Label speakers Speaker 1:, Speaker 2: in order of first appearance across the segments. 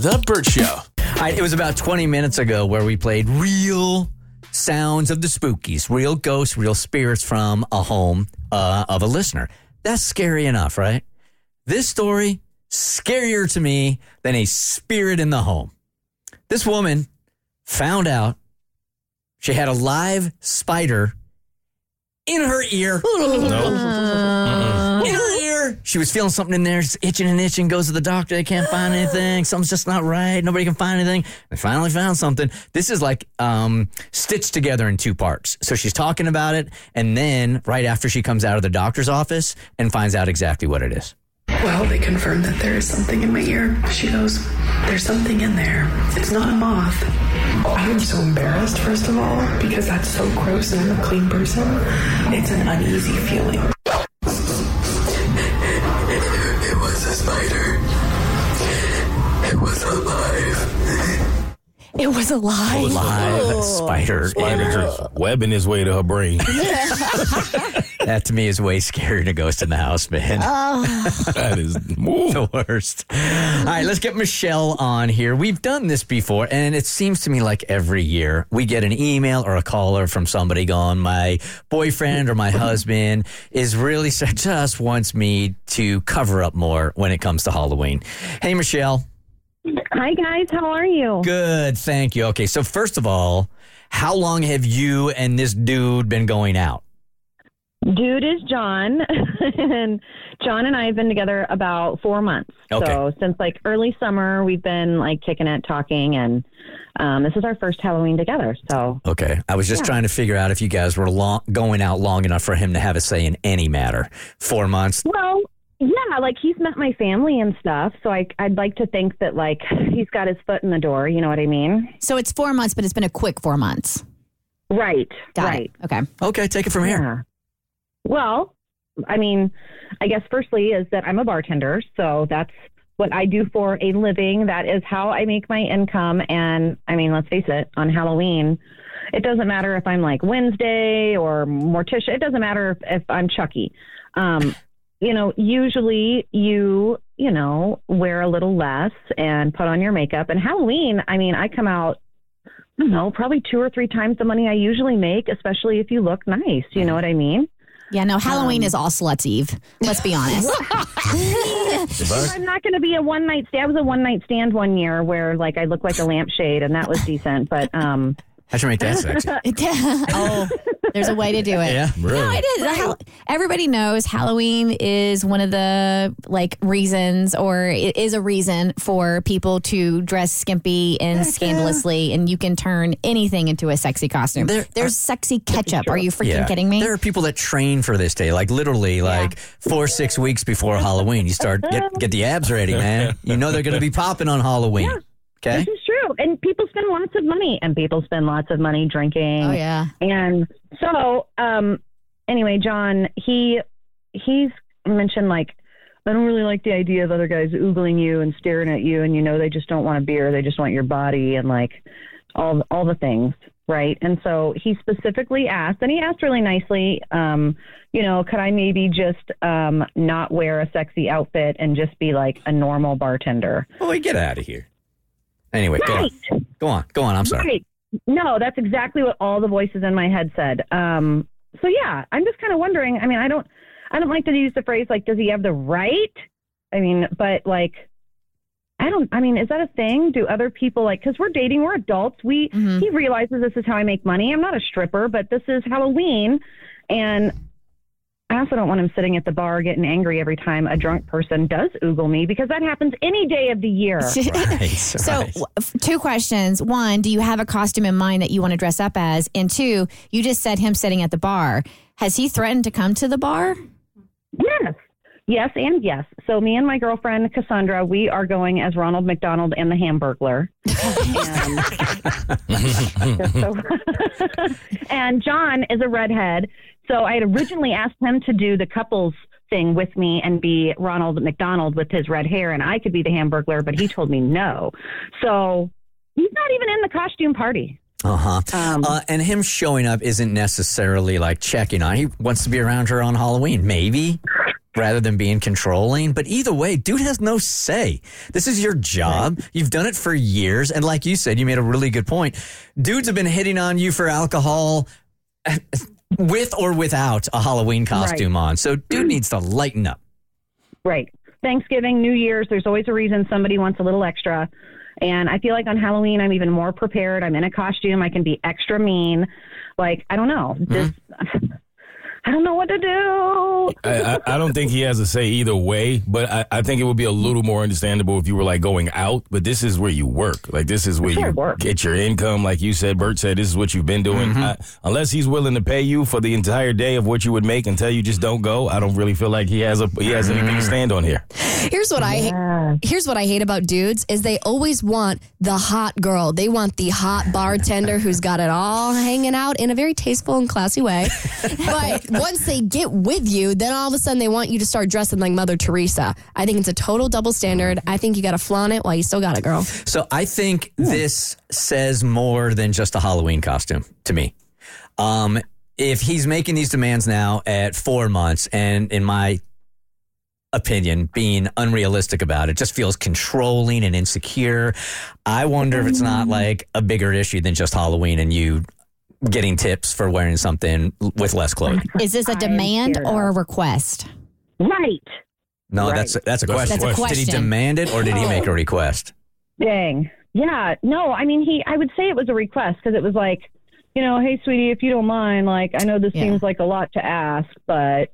Speaker 1: The Burt Show.
Speaker 2: All right, it was about 20 minutes ago where we played real sounds of the spookies, real ghosts, real spirits from a home uh, of a listener. That's scary enough, right? This story, scarier to me than a spirit in the home. This woman found out she had a live spider in her ear. In her ear. She was feeling something in there, just itching and itching, goes to the doctor, they can't find anything, something's just not right, nobody can find anything. They finally found something. This is like um, stitched together in two parts. So she's talking about it, and then right after she comes out of the doctor's office and finds out exactly what it is.
Speaker 3: Well, they confirmed that there is something in my ear. She goes, There's something in there. It's not a moth. I am so embarrassed, first of all, because that's so gross and I'm a clean person. It's an uneasy feeling.
Speaker 4: It was a spider. It was alive.
Speaker 5: It was alive.
Speaker 2: Live spider. in her-
Speaker 1: Spider's webbing his way to her brain.
Speaker 2: That to me is way scarier than a ghost in the house, man.
Speaker 1: that is. Ooh.
Speaker 2: the worst. All right, let's get Michelle on here. We've done this before, and it seems to me like every year we get an email or a caller from somebody going, My boyfriend or my husband is really just wants me to cover up more when it comes to Halloween. Hey, Michelle.
Speaker 6: Hi guys, how are you?
Speaker 2: Good, thank you. Okay, so first of all, how long have you and this dude been going out?
Speaker 6: Dude is John, and John and I have been together about four months. So
Speaker 2: Okay.
Speaker 6: since like early summer, we've been like kicking it, talking, and um, this is our first Halloween together. So
Speaker 2: Okay. I was just trying to figure out if you guys were long, going out long enough for him to have a say in any matter. Four months,
Speaker 6: well, yeah, like he's met my family and stuff. So I, I'd like to think that like he's got his foot in the door. You know what I mean?
Speaker 5: So it's four months, but it's been a quick four months.
Speaker 6: Right.
Speaker 5: Got
Speaker 6: right.
Speaker 5: it. Okay.
Speaker 2: Okay, take it from here.
Speaker 6: Yeah. Well, I mean, I guess firstly is that I'm a bartender, so that's what I do for a living. That is how I make my income. And I mean, let's face it, on Halloween, it doesn't matter if I'm like Wednesday or Morticia. It doesn't matter if, if I'm Chucky. Um, you know, usually you, you know, wear a little less and put on your makeup. And Halloween, I mean, I come out I don't know, probably two or three times the money I usually make, especially if you look nice. You know what I mean?
Speaker 5: Yeah, no, Halloween is all sluts eve. Let's be honest.
Speaker 6: I'm not going to be a one night stand. I was a one night stand one year where like I looked like a lampshade and that was decent. But um,
Speaker 2: I should make that sexy.
Speaker 5: oh, there's a way to do it.
Speaker 2: Yeah,
Speaker 5: No,
Speaker 2: really.
Speaker 5: it is. Hal- Everybody knows Halloween is one of the like reasons, or it is a reason for people to dress skimpy and scandalously, and you can turn anything into a sexy costume.
Speaker 2: There-
Speaker 5: There's sexy ketchup. Are you freaking kidding me?
Speaker 2: There are people that train for this day, like literally, like four, six weeks before Halloween. You start get get the abs ready, man. You know they're going to be popping on Halloween. Okay,
Speaker 6: this is true. And people spend lots of money and people spend lots of money drinking.
Speaker 5: oh yeah.
Speaker 6: And so, um, anyway, John, he he's mentioned like I don't really like the idea of other guys oogling you and staring at you, and you know they just don't want a beer, they just want your body and like all all the things, right? And so he specifically asked, and he asked really nicely, um, you know, could I maybe just um, not wear a sexy outfit and just be like a normal bartender?
Speaker 2: boy, get out of here. Anyway, go on,
Speaker 6: Right.
Speaker 2: go on, go on. I'm sorry.
Speaker 6: Right. No, that's exactly what all the voices in my head said. Um, so yeah, I'm just kind of wondering. I mean, I don't, I don't like to use the phrase like, does he have the right? I mean, but like, I don't. I mean, is that a thing? Do other people like? Because we're dating, we're adults. We
Speaker 5: Mhm.
Speaker 6: he realizes this is how I make money. I'm not a stripper, but this is Halloween, and I also don't want him sitting at the bar getting angry every time a drunk person does oogle me because that happens any day of the year.
Speaker 2: Right,
Speaker 5: So,
Speaker 2: right.
Speaker 5: w- f- two questions. One, do you have a costume in mind that you want to dress up as? And two, you just said him sitting at the bar. Has he threatened to come to the bar?
Speaker 6: Yes. Yes, and yes. So me and my girlfriend Cassandra, we are going as Ronald McDonald and the Hamburglar. and, just so- and John is a redhead, so I had originally asked him to do the couples thing with me and be Ronald McDonald with his red hair, and I could be the Hamburglar, but he told me no. So he's not even in the costume party.
Speaker 2: Uh-huh.
Speaker 6: Um,
Speaker 2: uh, and him showing up isn't necessarily like checking on. He wants to be around her on Halloween, maybe, rather than being controlling. But either way, dude has no say. This is your job. You've done it for years. And like you said, you made a really good point. Dudes have been hitting on you for alcohol eh, with or without a Halloween costume on. So dude needs to lighten up.
Speaker 6: Right. Thanksgiving, New Year's, there's always a reason somebody wants a little extra. And I feel like on Halloween, I'm even more prepared. I'm in a costume. I can be extra mean. Like, I don't know. Just, I don't know what to do.
Speaker 1: I, I, I don't think he has to say either way, but I, I think it would be a little more understandable if you were like going out. But this is where you work. Like this is where
Speaker 6: Sure,
Speaker 1: you
Speaker 6: work.
Speaker 1: get your income. Like you said, Bert said, this is what you've been doing. I, unless he's willing to pay you for the entire day of what you would make and tell you just don't go, I don't really feel like he has a he has anything to stand on here.
Speaker 7: Here's what I hate. Here's what I hate about dudes is they always want the hot girl. They want the hot bartender who's got it all hanging out in a very tasteful and classy way. but once they get with you, then all of a sudden they want you to start dressing like Mother Teresa. I think it's a total double standard. I think you got to flaunt it while you still got it, girl.
Speaker 2: So I think this says more than just a Halloween costume to me. Um, if he's making these demands now at four months, and in my opinion, being unrealistic about it, just feels controlling and insecure. I wonder if it's not like a bigger issue than just Halloween and you getting tips for wearing something l- with less clothing.
Speaker 5: Is this a
Speaker 6: I'm
Speaker 5: demand
Speaker 6: scared
Speaker 5: or a
Speaker 6: of-
Speaker 5: request?
Speaker 6: Right.
Speaker 2: No,
Speaker 6: Right.
Speaker 2: that's that's
Speaker 1: That's
Speaker 2: a
Speaker 1: a
Speaker 2: question.
Speaker 5: question.
Speaker 2: Did he demand it or did he make a request?
Speaker 6: Dang. Yeah. No, I mean, he, I would say it was a request because it was like, you know, hey, sweetie, if you don't mind, like, I know this
Speaker 7: Yeah.
Speaker 6: seems like a lot to ask, but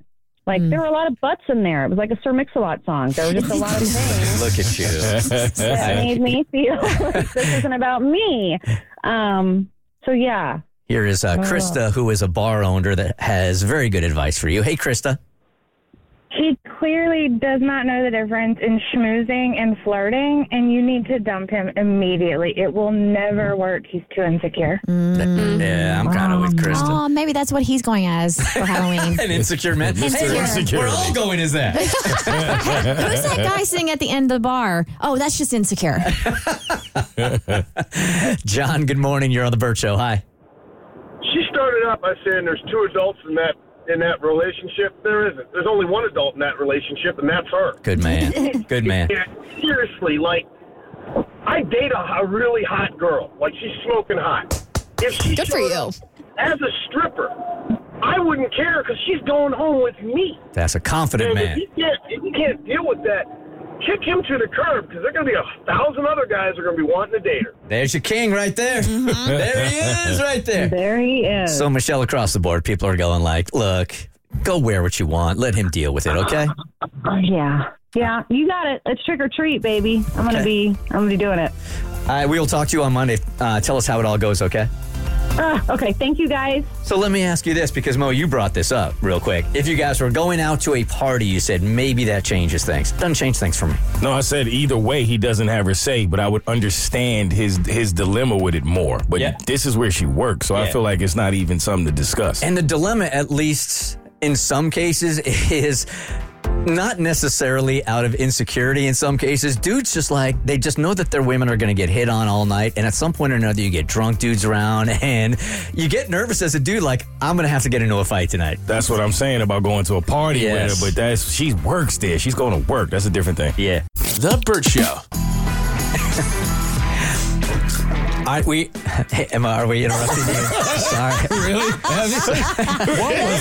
Speaker 6: like, there were a lot of butts in there. It was like a Sir Mix-a-Lot song. There were just a lot of things.
Speaker 2: Look at you.
Speaker 6: that made me feel like this isn't about me. Um, so yeah,
Speaker 2: Here is uh, Krista, who is a bar owner that has very good advice for you. Hey, Krista.
Speaker 8: He clearly does not know the difference in schmoozing and flirting, and you need to dump him immediately. It will never work. He's too insecure.
Speaker 7: Mm.
Speaker 2: Yeah, I'm kind of with Krista.
Speaker 5: Oh, maybe that's what he's going as for Halloween.
Speaker 2: An insecure man.
Speaker 1: Mr.
Speaker 2: Hey, we're-
Speaker 1: Insecurity.
Speaker 2: We're all going as that.
Speaker 5: Who's that guy sitting at the end of the bar? Oh, that's just insecure.
Speaker 2: John, good morning. You're on the Burt Show. Hi.
Speaker 9: She started out by saying there's two adults in that in that relationship. There isn't. There's only one adult in that relationship, and that's her.
Speaker 2: Good man. Good man.
Speaker 9: Yeah, seriously, like I date a, a really hot girl. Like she's smoking hot. If she
Speaker 7: Good for
Speaker 9: showed
Speaker 7: you.
Speaker 9: up As a stripper, I wouldn't care because she's going home with me.
Speaker 2: That's a confident
Speaker 9: And if
Speaker 2: man.
Speaker 9: you can't if you can't deal with that, kick him to the curb because there's gonna be a thousand other guys that are gonna be wanting to date her.
Speaker 2: There's your king right there. There he is right there.
Speaker 6: there he is.
Speaker 2: So, Michelle, across the board, people are going like, look, go wear what you want. Let him deal with it, okay?
Speaker 6: Oh, yeah, yeah, you got it. It's trick or treat, baby. I'm gonna be, I'm gonna be doing it.
Speaker 2: All right, we will talk to you on Monday. Uh, tell us how it all goes, okay?
Speaker 6: Ah, okay, thank you guys.
Speaker 2: So let me ask you this because Mo, you brought this up real quick. If you guys were going out to a party, you said maybe that changes things. Doesn't change things for me.
Speaker 1: No, I said either way he doesn't have her say, but I would understand his his dilemma with it more. But
Speaker 2: Yeah.
Speaker 1: this is where she works, so I
Speaker 2: Yeah.
Speaker 1: feel like it's not even something to discuss.
Speaker 2: And the dilemma, at least in some cases, is not necessarily out of insecurity in some cases. Dudes just like, they just know that their women are going to get hit on all night. And at some point or another, you get drunk dudes around and you get nervous as a dude, like, I'm going to have to get into a fight tonight.
Speaker 1: that's what I'm saying about going to a party
Speaker 2: Yes.
Speaker 1: with her, but that's she works there. She's going to work. That's a different thing.
Speaker 2: Yeah.
Speaker 1: The Burt Show.
Speaker 2: All right, we, hey, Emma, are we interrupting you? Sorry.
Speaker 1: Really?
Speaker 2: What was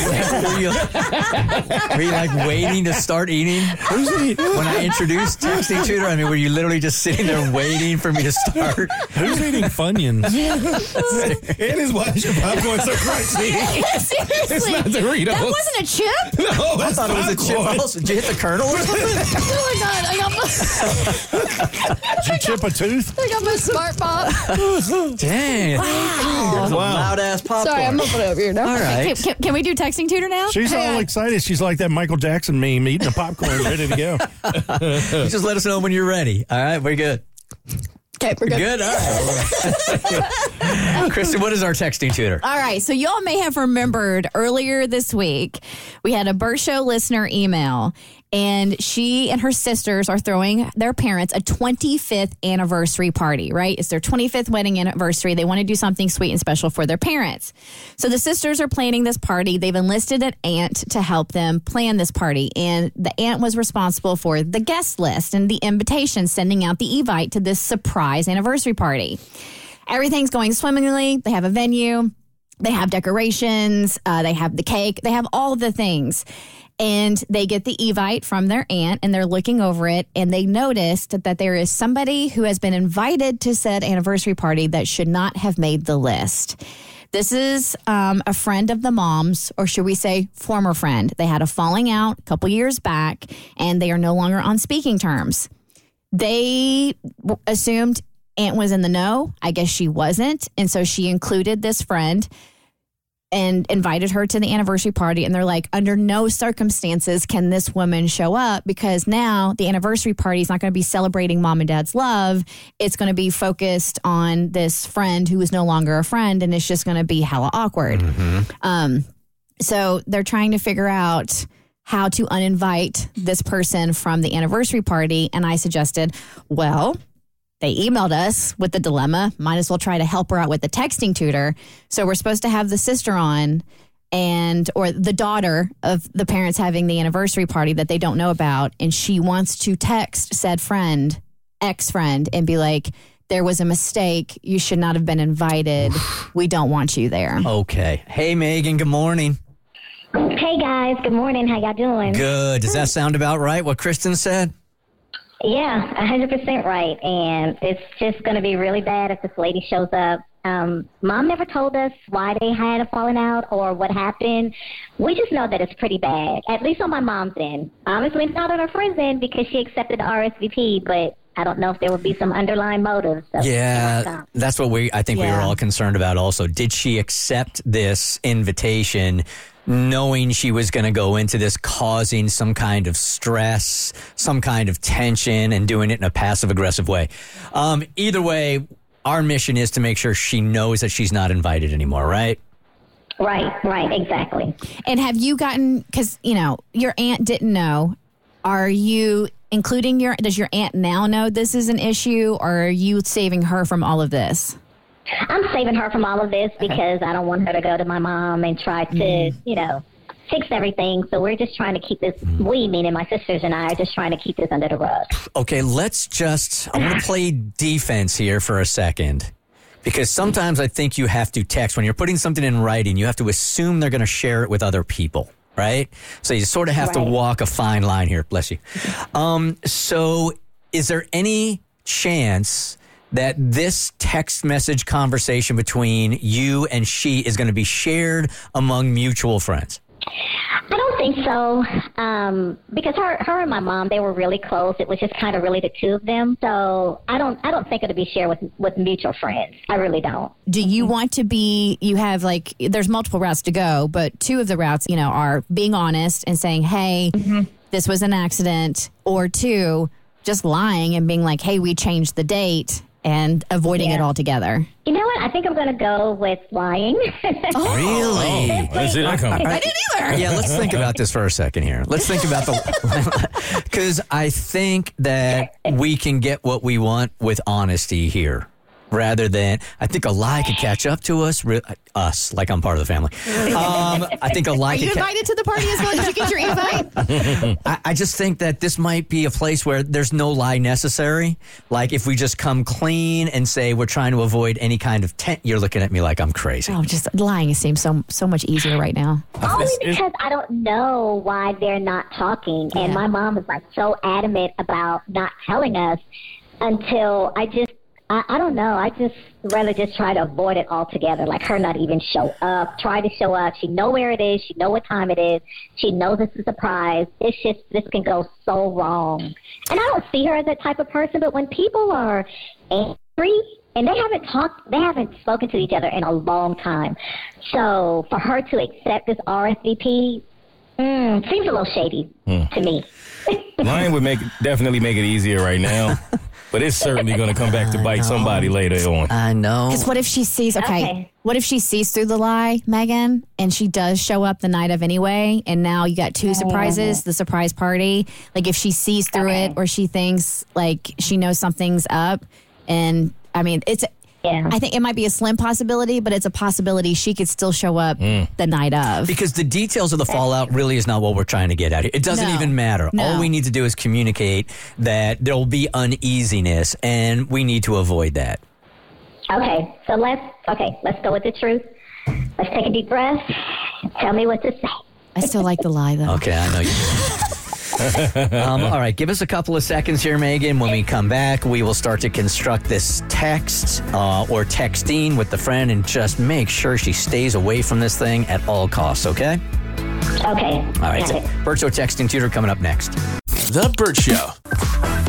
Speaker 2: that? Were you, were you like waiting to start eating? When I introduced Texting Tutor, I mean, were you literally just sitting there waiting for me to start?
Speaker 10: Who's eating Funyuns?
Speaker 1: it is why your popcorn's so crunchy.
Speaker 7: Seriously.
Speaker 1: Doritos.
Speaker 7: That wasn't a chip?
Speaker 1: no,
Speaker 2: I thought it was a chip. Also, Did you hit the kernel or something?
Speaker 7: Oh my god, I got my,
Speaker 10: Did you chip a tooth?
Speaker 7: I got my smart pop.
Speaker 2: Man. That's a
Speaker 10: Wow.
Speaker 2: loud ass popcorn.
Speaker 7: Sorry, I'm gonna put it over here now.
Speaker 2: All
Speaker 5: Can,
Speaker 2: right.
Speaker 5: can, can we do texting tutor now?
Speaker 10: She's
Speaker 5: Hang
Speaker 10: all
Speaker 5: on.
Speaker 10: excited. She's like that Michael Jackson meme, eating a popcorn, ready to go.
Speaker 2: You just let us know when you're ready. All right, we're good.
Speaker 7: Okay, we're good.
Speaker 2: Good. All right. Kristen, what is our texting tutor?
Speaker 5: All right. So y'all may have remembered earlier this week, we had a Burr Show listener email, and she and her sisters are throwing their parents a 25th anniversary party, right? It's their 25th wedding anniversary. They want to do something sweet and special for their parents. So the sisters are planning this party. They've enlisted an aunt to help them plan this party, and the aunt was responsible for the guest list and the invitation, sending out the evite to this surprise anniversary party everything's going swimmingly. They have a venue, they have decorations, uh, they have the cake, they have all the things. And they get the evite from their aunt and they're looking over it and they noticed that there is somebody who has been invited to said anniversary party that should not have made the list. This is um, a friend of the mom's, or should we say former friend. They had a falling out a couple years back and they are no longer on speaking terms they w- assumed aunt was in the know i guess she wasn't and so she included this friend and invited her to the anniversary party and they're like under no circumstances can this woman show up because now the anniversary party is not going to be celebrating mom and dad's love it's going to be focused on this friend who is no longer a friend and it's just going to be hella awkward um, so they're trying to figure out how to uninvite this person from the anniversary party. And I suggested, well, they emailed us with the dilemma. Might as well try to help her out with the texting tutor. So we're supposed to have the sister on and or the daughter of the parents having the anniversary party that they don't know about and she wants to text said friend ex-friend and be like there was a mistake you should not have been invited we don't want you there
Speaker 2: Okay. Hey, Megan, good morning.
Speaker 11: Hey guys, good morning. How y'all doing?
Speaker 2: Good. Does that sound about right, what Kristen said?
Speaker 11: Yeah, 100% right. And it's just going to be really bad if this lady shows up. Um, Mom never told us why they had a falling out or what happened. We just know that it's pretty bad, at least on my mom's end. Honestly, not on her friend's end because she accepted the RSVP, but I don't know if there would be some underlying motives. of-
Speaker 2: Yeah, that's what we. I think we were
Speaker 11: Yeah.
Speaker 2: all concerned about. Also, did she accept this invitation, knowing she was going to go into this, causing some kind of stress, some kind of tension, and doing it in a passive aggressive way? Um, either way, our mission is to make sure she knows that she's not invited anymore. Right?
Speaker 11: Right, right, exactly.
Speaker 5: And have you gotten because you know your aunt didn't know? Are you including your? Does your aunt now know this is an issue, or are you saving her from all of this?
Speaker 11: I'm saving her from all of this because I don't want her to go to my mom and try to, you know, fix everything. So we're just trying to keep this, we, meaning my sisters and I, are just trying to keep this under the rug.
Speaker 2: Okay, let's just. I want to play defense here for a second. Because sometimes I think you have to text when you're putting something in writing, you have to assume they're going to share it with other people, right? So you sort of have to walk a fine line here. Bless you. Um, so is there any chance that this text message conversation between you and she is going to be shared among mutual friends?
Speaker 11: I don't think so, um, because her, her and my mom, they were really close. It was just kind of really the two of them. So I don't, I don't think it'll be shared with with mutual friends. I really don't.
Speaker 5: Do you want to be? You have like there's multiple routes to go, but two of the routes you know are being honest and saying, "Hey, this was an accident," or two, just lying and being like, "Hey, we changed the date." And avoiding it altogether.
Speaker 11: You know what? I think I'm going to go with lying.
Speaker 10: Oh,
Speaker 2: Really?
Speaker 1: Let's see that come.
Speaker 5: I didn't either.
Speaker 2: Yeah, let's think about this for a second here. Let's think about the because I think that we can get what we want with honesty here, rather than I think a lie could catch up to us, re- us like I'm part of the family. Um, I think a lie.
Speaker 5: Are you
Speaker 2: could ca-
Speaker 5: invited to the party as well? Did you get your invite?
Speaker 2: I, I just think that this might be a place where there's no lie necessary. Like if we just come clean and say we're trying to avoid any kind of tent, you're looking at me like I'm crazy.
Speaker 5: Oh, just lying seems so so much easier right now.
Speaker 11: Only because I don't know why they're not talking, and my mom is like so adamant about not telling us until I just. I, I don't know. I just rather just try to avoid it altogether. Like her not even show up. Try to show up. She know where it is. She know what time it is. She knows it's a surprise. It's just this can go so wrong. And I don't see her as that type of person. But when people are angry and they haven't talked, they haven't spoken to each other in a long time. So for her to accept this RSVP mm, seems a little shady to me.
Speaker 1: Lying would make definitely make it easier right now, but it's certainly going to come back to bite somebody later on.
Speaker 2: I know.
Speaker 5: Because what if she sees, okay, what if she sees through the lie, Megan, and she does show up the night of anyway, and now you got two surprises, the surprise party. Like if she sees through it or she thinks like she knows something's up, and I mean, it's, I think it might be a slim possibility, but it's a possibility she could still show up
Speaker 2: Mm.
Speaker 5: the night of.
Speaker 2: Because the details of the fallout really is not what we're trying to get at here. It doesn't
Speaker 5: No.
Speaker 2: even matter.
Speaker 5: No.
Speaker 2: All we need to do is communicate that there will be uneasiness, and we need to avoid that.
Speaker 11: Okay, so let's okay, let's go with the truth. Let's take a deep breath. Tell me what to say.
Speaker 5: I still like the lie though.
Speaker 2: Okay, I know you. do. um, all right, give us a couple of seconds here, Megan. When we come back, we will start to construct this text uh, or texting with the friend, and just make sure she stays away from this thing at all costs. Okay.
Speaker 11: Okay.
Speaker 2: All right. So, Bircho texting tutor coming up next. The Burt Show.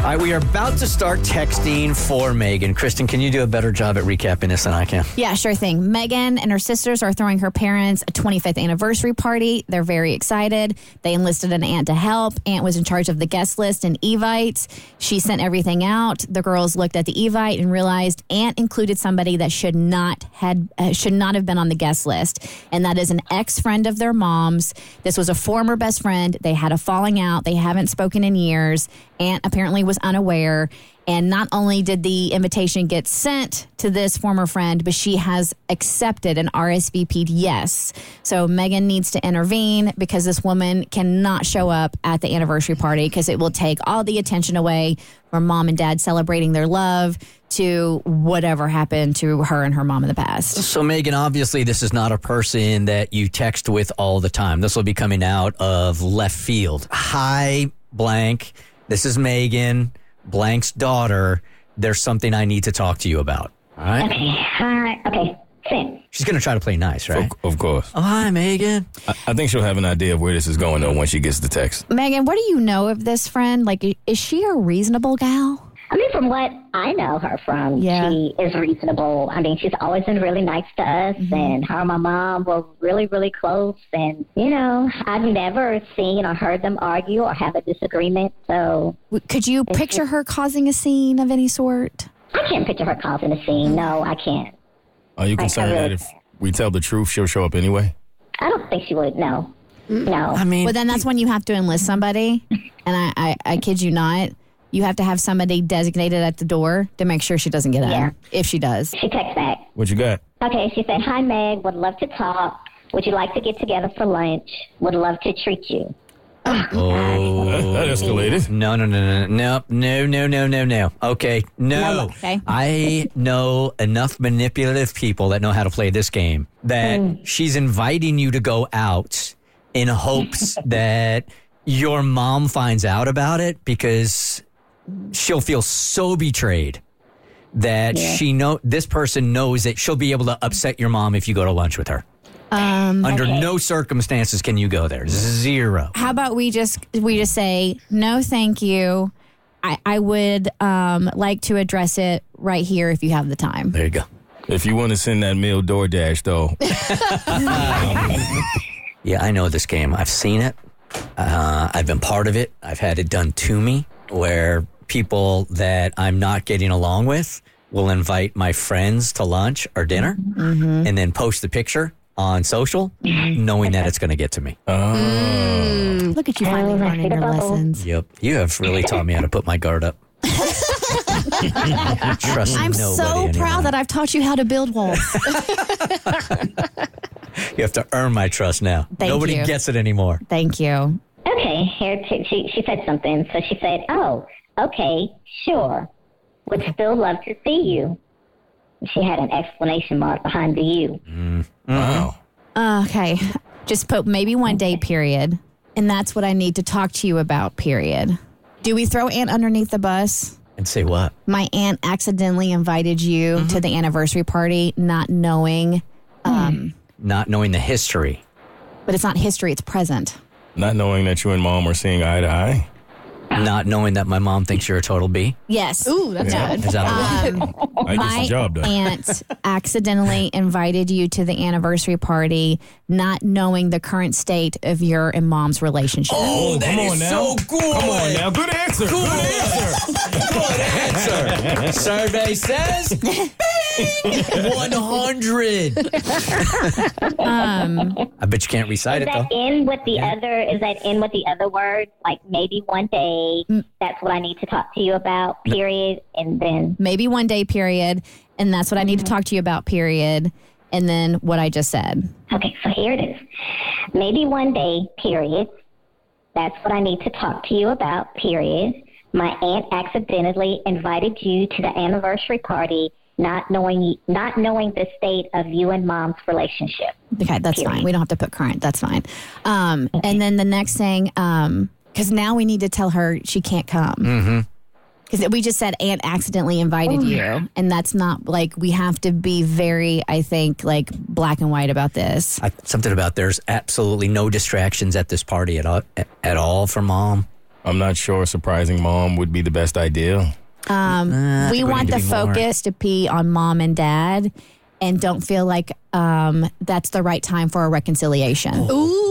Speaker 2: All right, we are about to start texting for Megan. Kristen, can you do a better job at recapping this than I can?
Speaker 5: Yeah, sure thing. Megan and her sisters are throwing her parents a 25th anniversary party. They're very excited. They enlisted an aunt to help. Aunt was in charge of the guest list and Evites. She sent everything out. The girls looked at the Evite and realized aunt included somebody that should not had uh, should not have been on the guest list, and that is an ex friend of their mom's. This was a former best friend. They had a falling out. They haven't spoken in years. Aunt apparently was unaware. And not only did the invitation get sent to this former friend, but she has accepted an RSVP'd yes. So Megan needs to intervene because this woman cannot show up at the anniversary party because it will take all the attention away from mom and dad celebrating their love to whatever happened to her and her mom in the past.
Speaker 2: So, Megan, obviously, this is not a person that you text with all the time. This will be coming out of left field. Hi, blank. This is Megan, blank's daughter. There's something I need to talk to you about. All right.
Speaker 11: Okay. Hi. Okay. Send.
Speaker 2: She's going to try to play nice, right?
Speaker 1: Of course.
Speaker 2: Oh, hi, Megan.
Speaker 1: I, I think she'll have an idea of where this is going though when she gets the text.
Speaker 5: Megan, what do you know of this friend? Like, i- is she a reasonable gal?
Speaker 11: I mean, from what I know her from, she is reasonable. I mean, she's always been really nice to us, and her and my mom were really, really close. And you know, I've never seen or heard them argue or have a disagreement. So,
Speaker 5: could you picture her causing a scene of any sort?
Speaker 11: I can't picture her causing a scene. No, I can't.
Speaker 1: Are you concerned that if we tell the truth, she'll show up anyway?
Speaker 11: I don't think she would. No. No.
Speaker 2: Mm. I mean,
Speaker 5: well, then that's when you have to enlist somebody. And I, I, I kid you not, you have to have somebody designated at the door to make sure she doesn't get in.
Speaker 11: Yeah.
Speaker 5: If she does,
Speaker 11: She texts back.
Speaker 1: What you got?
Speaker 11: Okay, she said, Hi, Meg. Would love to talk. Would you like to get together for lunch? Would love to treat you.
Speaker 2: Oh, that escalated. No, no, no, no, no, no, no, no, no, no. Okay, no.
Speaker 5: No, okay.
Speaker 2: I know enough manipulative people that know how to play this game that
Speaker 5: Hmm.
Speaker 2: she's inviting you to go out in hopes that your mom finds out about it because she'll feel so betrayed that
Speaker 5: Yeah.
Speaker 2: she know this person knows that she'll be able to upset your mom if you go to lunch with her.
Speaker 5: um,
Speaker 2: Under no circumstances can you go there. Zero.
Speaker 5: how about we just we just say no, thank you. I, I would um, like to address it right here if you have the time.
Speaker 2: There you go.
Speaker 1: If you want to send that meal DoorDash though,
Speaker 2: Yeah, I know this game. I've seen it. Uh, I've been part of it. I've had it done to me where people that I'm not getting along with will invite my friends to lunch or dinner
Speaker 5: Mm-hmm.
Speaker 2: and then post the picture on social knowing that it's going to get to me.
Speaker 5: Look at you finally learning your lessons.
Speaker 2: Yep. You have really taught me how to put my guard up. Trust
Speaker 5: I'm
Speaker 2: nobody
Speaker 5: so
Speaker 2: anymore.
Speaker 5: proud that I've taught you how to build walls.
Speaker 2: You have to earn my trust now.
Speaker 11: Thank
Speaker 2: nobody
Speaker 11: you.
Speaker 2: gets it anymore.
Speaker 5: Thank you.
Speaker 11: Okay, here t- she, she said something. So she said, Oh, okay, sure. Would still love to see you. She had an explanation mark behind the you.
Speaker 1: Oh, Wow.
Speaker 5: Okay. Just put maybe one day period. And that's what I need to talk to you about, period. Do we throw aunt underneath the bus?
Speaker 2: And say what?
Speaker 5: My aunt accidentally invited you
Speaker 2: Mm-hmm.
Speaker 5: to the anniversary party, not knowing, um,
Speaker 2: Not knowing the history.
Speaker 5: but it's not history, it's present.
Speaker 1: not knowing that you and mom are seeing eye to eye.
Speaker 2: Not knowing that my mom thinks you're a total B.
Speaker 5: Yes. Ooh,
Speaker 2: that's Yeah. good. Is that
Speaker 5: Um,
Speaker 2: I get
Speaker 5: my
Speaker 2: the job done.
Speaker 5: aunt accidentally invited you to the anniversary party, not knowing the current state of your and mom's relationship.
Speaker 1: Oh, that is so
Speaker 2: good. Come
Speaker 1: on now. Good answer. Good answer.
Speaker 2: Good answer. Survey says 100.
Speaker 5: um,
Speaker 2: I bet you can't recite
Speaker 11: Is
Speaker 2: it
Speaker 11: that
Speaker 2: though.
Speaker 11: in with the other? Is that in with the other words? Like maybe one day that's what I need to talk to you about. Period. And then
Speaker 5: maybe one day, period. And that's what I need to
Speaker 1: Mm-hmm.
Speaker 5: talk to you about, period. And then what I just said.
Speaker 11: okay, so here it is. Maybe one day. Period. That's what I need to talk to you about. Period. My aunt accidentally invited you to the anniversary party, not knowing not knowing the state of you and mom's relationship.
Speaker 5: Okay, that's fine. We don't have to put current. That's fine. Um, And then the next thing, because now we need to tell her she can't come.
Speaker 2: Mm-hmm.
Speaker 5: Because we just said aunt accidentally invited
Speaker 11: Oh,
Speaker 5: you.
Speaker 11: yeah.
Speaker 5: And that's not like, we have to be very, I think, like black and white about this.
Speaker 2: I, something about there's absolutely no distractions at this party at all, at all for mom.
Speaker 1: I'm not sure surprising mom would be the best idea.
Speaker 5: Um,
Speaker 1: Uh, I
Speaker 5: we
Speaker 1: think we
Speaker 5: want
Speaker 1: need to
Speaker 5: the
Speaker 1: be more-
Speaker 5: focus to be on mom and dad and don't feel like um, that's the right time for a reconciliation.
Speaker 7: Ooh.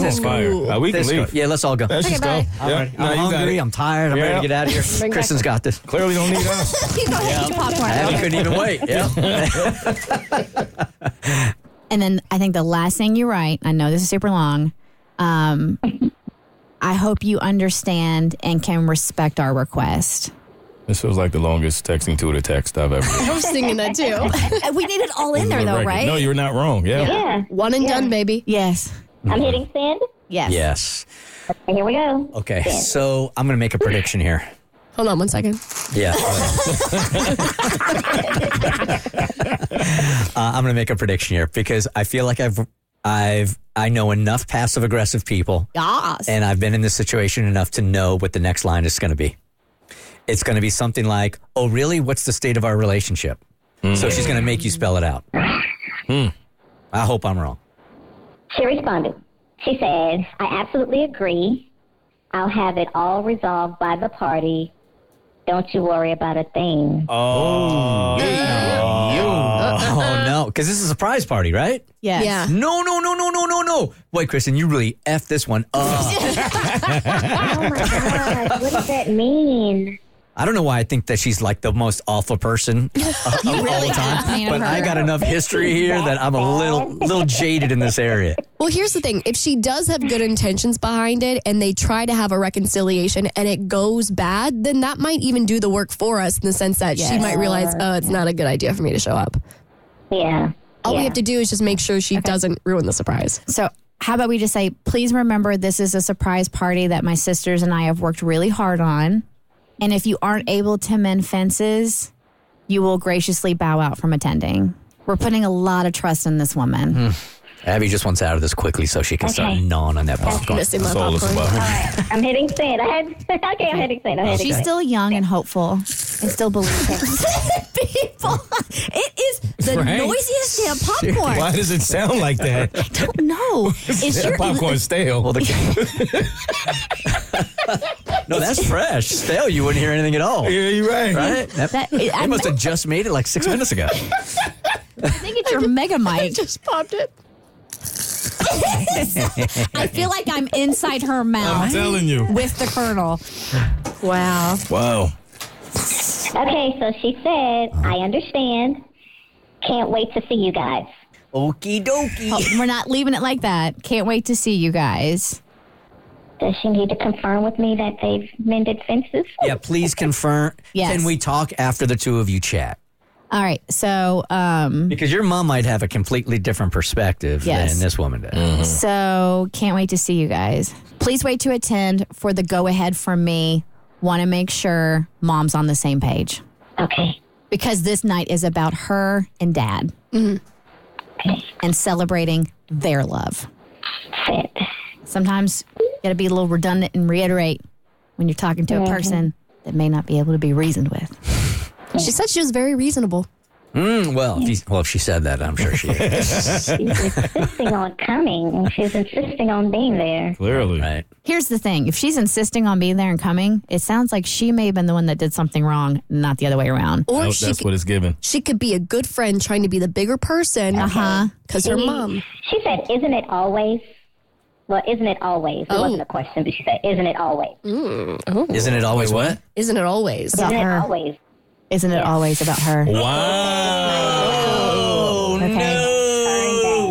Speaker 1: That's fire. Uh, we can
Speaker 2: Let's go.
Speaker 1: leave.
Speaker 2: Yeah, let's all go.
Speaker 1: Let's
Speaker 5: Okay,
Speaker 1: just
Speaker 5: bye.
Speaker 1: go.
Speaker 2: All
Speaker 1: Yeah.
Speaker 2: right.
Speaker 1: No,
Speaker 2: I'm
Speaker 1: you got
Speaker 2: hungry.
Speaker 1: it.
Speaker 2: I'm tired. I'm
Speaker 1: Yeah.
Speaker 2: ready to get out of here.
Speaker 1: Bring back-
Speaker 2: Kristen's got this.
Speaker 1: Clearly don't need us.
Speaker 5: you go ahead and eat your popcorn.
Speaker 2: I couldn't even wait. Yeah.
Speaker 5: And then I think the last thing you write, I know this is super long. Um, I hope you understand and can respect our request.
Speaker 1: This feels like the longest texting to the text I've ever.
Speaker 7: I was singing that too.
Speaker 5: Uh, we need it all in there,
Speaker 1: Record.
Speaker 5: though, right?
Speaker 1: No, you're not wrong. Yeah.
Speaker 11: Yeah,
Speaker 7: One and
Speaker 11: Yeah.
Speaker 7: done, baby.
Speaker 5: yes.
Speaker 11: I'm hitting send.
Speaker 5: Yes.
Speaker 2: yes.
Speaker 11: And here we go.
Speaker 2: Okay. So I'm going to make a prediction here.
Speaker 7: Hold on one second.
Speaker 2: Yeah. uh, I'm going to make a prediction here because I feel like I've I've I know enough passive aggressive people
Speaker 5: Yes.
Speaker 2: and I've been in this situation enough to know what the next line is going to be. It's going to be something like, "Oh, really? What's the state of our relationship?" So she's going to make you spell it out. I hope I'm wrong.
Speaker 11: She responded. She said, I absolutely agree. I'll have it all resolved by the party. Don't you worry about a thing.
Speaker 2: Oh, no, because this is a surprise party, right?
Speaker 5: Yes.
Speaker 7: Yeah.
Speaker 2: No, no, no, no, no, no, no. Wait, Kristen, you really f this one up.
Speaker 11: Oh my gosh, what does that mean?
Speaker 2: I don't know why I think that she's like the most awful person uh, of all
Speaker 5: really
Speaker 2: time,
Speaker 5: have a fan of
Speaker 2: but I
Speaker 5: her.
Speaker 2: got enough history here that I'm a little little jaded in this area.
Speaker 7: Well, here's the thing. If she does have good intentions behind it and they try to have a reconciliation and it goes bad, then that might even do the work for us in the sense that she
Speaker 5: Yes.
Speaker 7: might realize, oh, it's not a good idea for me to show up.
Speaker 11: Yeah.
Speaker 7: All Oh, we
Speaker 11: yeah.
Speaker 7: have to do is just make sure she doesn't ruin the surprise.
Speaker 5: So, how about we just say, please remember this is a surprise party that my sisters and I have worked really hard on. And if you aren't able to mend fences, you will graciously bow out from attending. We're putting a lot of trust in this woman.
Speaker 1: Hmm.
Speaker 2: Abby just wants out of this quickly so she can start
Speaker 11: Okay.
Speaker 2: gnawing on that popcorn.
Speaker 7: Missing my
Speaker 1: That's all it's about.
Speaker 7: popcorn.
Speaker 11: I'm hitting send. I had, okay, I'm hitting send. I'm
Speaker 7: Oh,
Speaker 11: hitting
Speaker 5: She's
Speaker 11: send.
Speaker 5: still young and hopeful and still believes it. People, it is the
Speaker 1: Right.
Speaker 5: noisiest damn popcorn.
Speaker 1: Why does it sound like that?
Speaker 5: I don't know. It's your
Speaker 1: That popcorn's stale.
Speaker 2: Well, the- no, that's fresh. Stale, you wouldn't hear anything at all.
Speaker 1: yeah, you're right.
Speaker 2: Right? That,
Speaker 5: That-
Speaker 2: they
Speaker 5: I'm-
Speaker 2: must have just made it like six minutes ago.
Speaker 5: I think it's your mega mic.
Speaker 7: Just popped it.
Speaker 5: I feel like I'm inside her mouth.
Speaker 1: I'm telling you.
Speaker 5: With the colonel. Wow.
Speaker 1: Wow.
Speaker 11: Okay, so she said,
Speaker 7: Uh-huh.
Speaker 11: I understand. Can't wait to see you guys.
Speaker 2: Okie dokie.
Speaker 5: We're not leaving it like that. Can't wait to see you guys.
Speaker 11: Does she need to confirm with me that they've mended fences?
Speaker 2: Yeah, please confirm.
Speaker 5: Yes.
Speaker 2: Can we talk after the two of you chat?
Speaker 5: All right. So, um,
Speaker 2: Because your mom might have a completely different perspective
Speaker 5: Yes.
Speaker 2: than this woman does.
Speaker 7: Mm.
Speaker 5: so can't wait to see you guys. Please wait to attend for the go ahead from me. Want to make sure mom's on the same page
Speaker 11: Okay.
Speaker 5: because this night is about her and dad
Speaker 7: Mm-hmm.
Speaker 5: and celebrating their love.
Speaker 11: Send.
Speaker 5: Sometimes you got to be a little redundant and reiterate when you're talking to a person that may not be able to be reasoned with.
Speaker 7: She said she was very reasonable.
Speaker 2: Mm, well, if you- well, if she said that, I'm sure she is.
Speaker 11: She's insisting on coming, and she's insisting on being there.
Speaker 1: Clearly.
Speaker 2: Right.
Speaker 5: Here's the thing if she's insisting on being there and coming, it sounds like she may have been the one that did something wrong, not the other way around.
Speaker 7: Or
Speaker 1: Oh,
Speaker 7: she
Speaker 1: that's
Speaker 7: could-
Speaker 1: what it's given.
Speaker 7: She could be a good friend trying to be the bigger person. Uh huh. Because her
Speaker 11: She-
Speaker 7: mom.
Speaker 11: She said, "Isn't it always?" Well, isn't it always? It
Speaker 7: Oh.
Speaker 11: wasn't a question, but she said, "Isn't it always?"
Speaker 2: Isn't it always what?
Speaker 7: Isn't it always?
Speaker 11: Isn't it
Speaker 5: her.
Speaker 11: always?
Speaker 5: Isn't it always about her?
Speaker 1: Wow.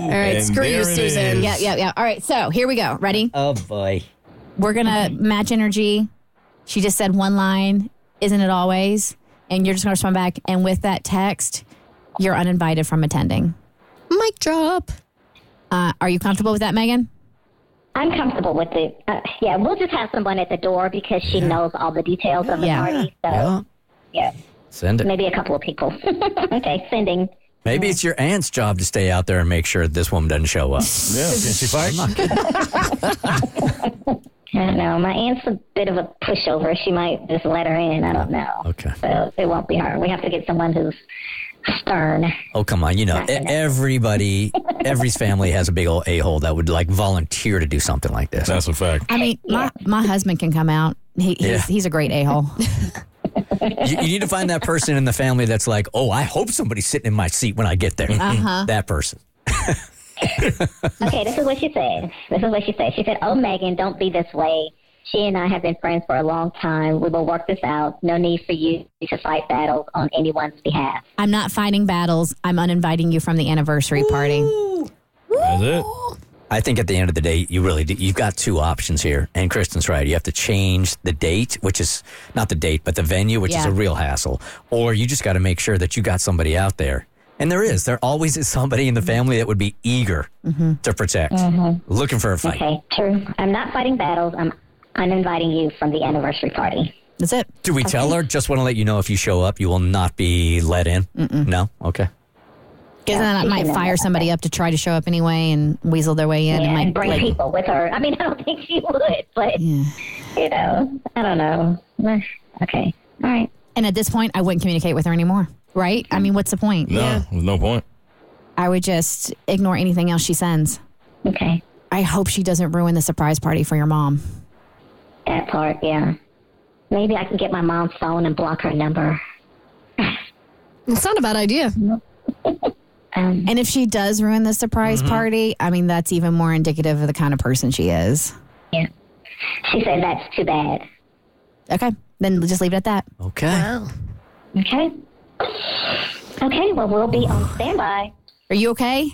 Speaker 7: All right,
Speaker 1: And
Speaker 7: screw
Speaker 1: there
Speaker 7: you,
Speaker 1: it
Speaker 7: Susan.
Speaker 1: is.
Speaker 5: Yeah, yeah, yeah. All right, so here we go. Ready?
Speaker 2: Oh boy.
Speaker 5: We're going to match energy. She just said one line, isn't it always? And you're just going to respond back. And with that text, you're uninvited from attending.
Speaker 7: Mic drop.
Speaker 5: Uh, are you comfortable with that, Megan?
Speaker 11: I'm comfortable with it. Uh, yeah, we'll just have someone at the door because she knows all the details of the
Speaker 5: Yeah.
Speaker 11: party. So,
Speaker 2: Yeah.
Speaker 11: yeah,
Speaker 2: Send it.
Speaker 11: maybe a couple of people. okay, sending.
Speaker 2: Maybe it's your aunt's job to stay out there and make sure this woman doesn't show up.
Speaker 1: Yeah. Can she fight?
Speaker 11: I don't know. My aunt's a bit of a pushover. She might just let her in. I don't know.
Speaker 2: Okay.
Speaker 11: So it won't be her. We have to get someone who's stern.
Speaker 2: Oh come on, you know e- everybody, every family has a big old a hole that would like volunteer to do something like this.
Speaker 1: That's a fact.
Speaker 5: I mean, my, my husband can come out. He, he's,
Speaker 2: Yeah.
Speaker 5: he's a great a hole.
Speaker 2: you, you need to find that person in the family that's like, oh, I hope somebody's sitting in my seat when I get there. Mm-hmm.
Speaker 5: Uh-huh.
Speaker 2: That person.
Speaker 11: Okay, this is what she said. This is what she said. She said, Oh, Megan, don't be this way. She and I have been friends for a long time. We will work this out. No need for you to fight battles on anyone's behalf.
Speaker 5: I'm not fighting battles. I'm uninviting you from the anniversary party.
Speaker 1: That's it.
Speaker 2: I think at the end of the day, you really do, you've got two options here, and Kristen's right. You have to change the date, which is not the date, but the venue, which is
Speaker 5: Yeah.
Speaker 2: a real hassle, or you just got to make sure that you got somebody out there. And there is, there always is somebody in the family that would be eager
Speaker 5: Mm-hmm.
Speaker 2: to protect, looking for a fight.
Speaker 11: Okay, true. I'm not fighting battles. I'm uninviting you from the anniversary party.
Speaker 5: That's it.
Speaker 2: Do we tell her? Just want to let you know if you show up, you will not be let in. No, okay.
Speaker 5: Because then I
Speaker 11: she
Speaker 5: might
Speaker 11: can
Speaker 5: fire somebody up to try to show up anyway and weasel their way in.
Speaker 11: Yeah,
Speaker 5: and might,
Speaker 11: and bring
Speaker 5: like-
Speaker 11: people with her. I mean, I don't think she would, but,
Speaker 5: Yeah.
Speaker 11: you know, I don't know. Meh. Okay, all right.
Speaker 5: And at this point, I wouldn't communicate with her anymore, right? I mean, what's the point?
Speaker 1: No, there's no point.
Speaker 5: I would just ignore anything else she sends.
Speaker 11: Okay,
Speaker 5: I hope she doesn't ruin the surprise party for your mom.
Speaker 11: that part, yeah. Maybe I can get my mom's phone and block her number.
Speaker 7: It's not a bad idea.
Speaker 11: Um,
Speaker 5: And if she does ruin the surprise party, I mean, that's even more indicative of the kind of person she is.
Speaker 11: Yeah. She said, that's too bad.
Speaker 5: Okay, then just leave it at that.
Speaker 2: Okay.
Speaker 11: Okay. Okay, well, we'll be on standby.
Speaker 5: Are you okay?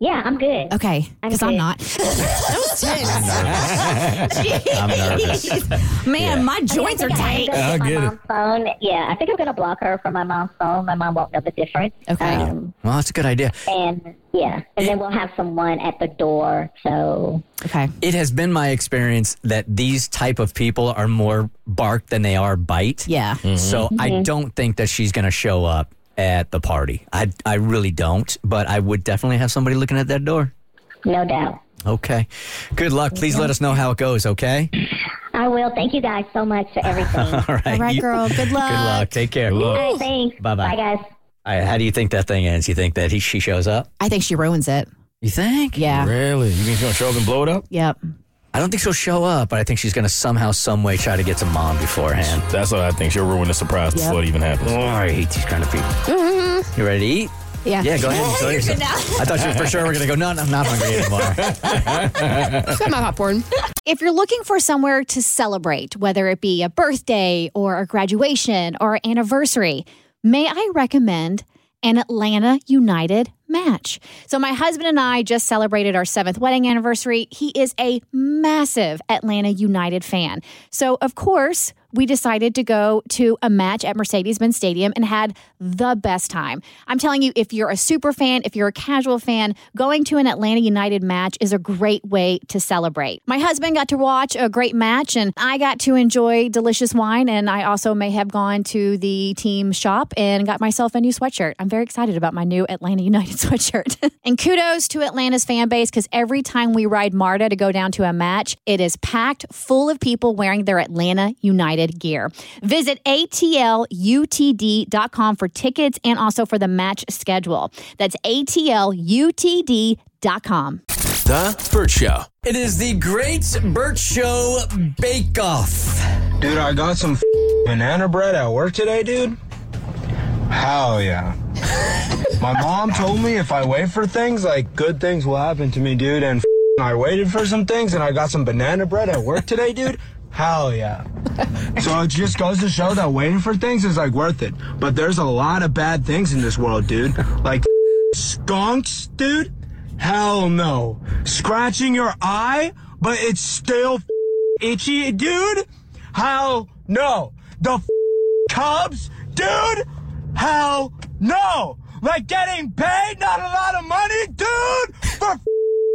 Speaker 11: Yeah, I'm good.
Speaker 5: Okay,
Speaker 11: I'm
Speaker 5: because I'm
Speaker 11: good.
Speaker 5: not.
Speaker 2: I'm nervous.
Speaker 5: Man, my joints are tight.
Speaker 11: I
Speaker 1: I
Speaker 11: think I'm
Speaker 1: get it.
Speaker 11: gonna get my mom's phone. Yeah, I think I'm going to block her from my mom's phone. My mom won't know the difference.
Speaker 5: Okay.
Speaker 11: Um,
Speaker 2: Well, that's a good idea.
Speaker 11: and yeah, and then we'll have someone at the door. So
Speaker 5: Okay.
Speaker 2: It has been my experience that these type of people are more bark than they are bite. Mm-hmm.
Speaker 5: Yeah. Mm-hmm.
Speaker 2: So I don't think that she's going to show up at the party. I I really don't, but I would definitely have somebody looking at that door.
Speaker 11: no doubt.
Speaker 2: Okay. Good luck. Please let us know how it goes, okay?
Speaker 11: I will. Thank you guys so much for everything.
Speaker 2: All right.
Speaker 5: All right,
Speaker 2: you-
Speaker 5: girl. Good luck.
Speaker 2: Good luck. Take care.
Speaker 11: All right, thanks.
Speaker 2: Bye-bye.
Speaker 11: Bye, guys.
Speaker 2: All right, how do you think that thing ends? You think that he she shows up?
Speaker 5: I think she ruins it.
Speaker 2: You think?
Speaker 5: Yeah.
Speaker 1: Really? You mean she's gonna show up and blow it up?
Speaker 5: Yep.
Speaker 2: I don't think she'll show up, but I think she's going to somehow, some way, try to get to mom beforehand.
Speaker 1: That's what I think. She'll ruin the surprise before it even happens.
Speaker 2: Oh, I hate these kind of people.
Speaker 5: Mm-hmm.
Speaker 2: You ready to eat?
Speaker 5: Yeah.
Speaker 2: Yeah, go ahead and enjoy yourself. I thought you were for sure were going to go, no, no, I'm not hungry anymore.
Speaker 7: Got my popcorn.
Speaker 12: If you're looking for somewhere to celebrate, whether it be a birthday or a graduation or anniversary, may I recommend an Atlanta United match? So, my husband and I just celebrated our seventh wedding anniversary. He is a massive Atlanta United fan. So, of course, we decided to go to a match at Mercedes Benz Stadium and had the best time. I'm telling you, if you're a super fan, if you're a casual fan, going to an Atlanta United match is a great way to celebrate. My husband got to watch a great match, and I got to enjoy delicious wine. And I also may have gone to the team shop and got myself a new sweatshirt. I'm very excited about my new Atlanta United sweatshirt. and kudos to Atlanta's fan base because every time we ride Marta to go down to a match, it is packed full of people wearing their Atlanta United related gear. Visit atlutd.com for tickets and also for the match schedule. That's atlutd.com.
Speaker 2: The Burt Show. It is the Great Burt Show Bake Off.
Speaker 13: Dude, I got some banana bread at work today, dude. Hell yeah. My mom told me if I wait for things, like good things will happen to me, dude. And I waited for some things and I got some banana bread at work today, dude. Hell yeah. So it just goes to show that waiting for things is like worth it. But there's a lot of bad things in this world, dude. Like skunks, dude. Hell no. Scratching your eye, but it's still itchy, dude. Hell no. The Cubs, dude. Hell no. Like getting paid not a lot of money, dude, for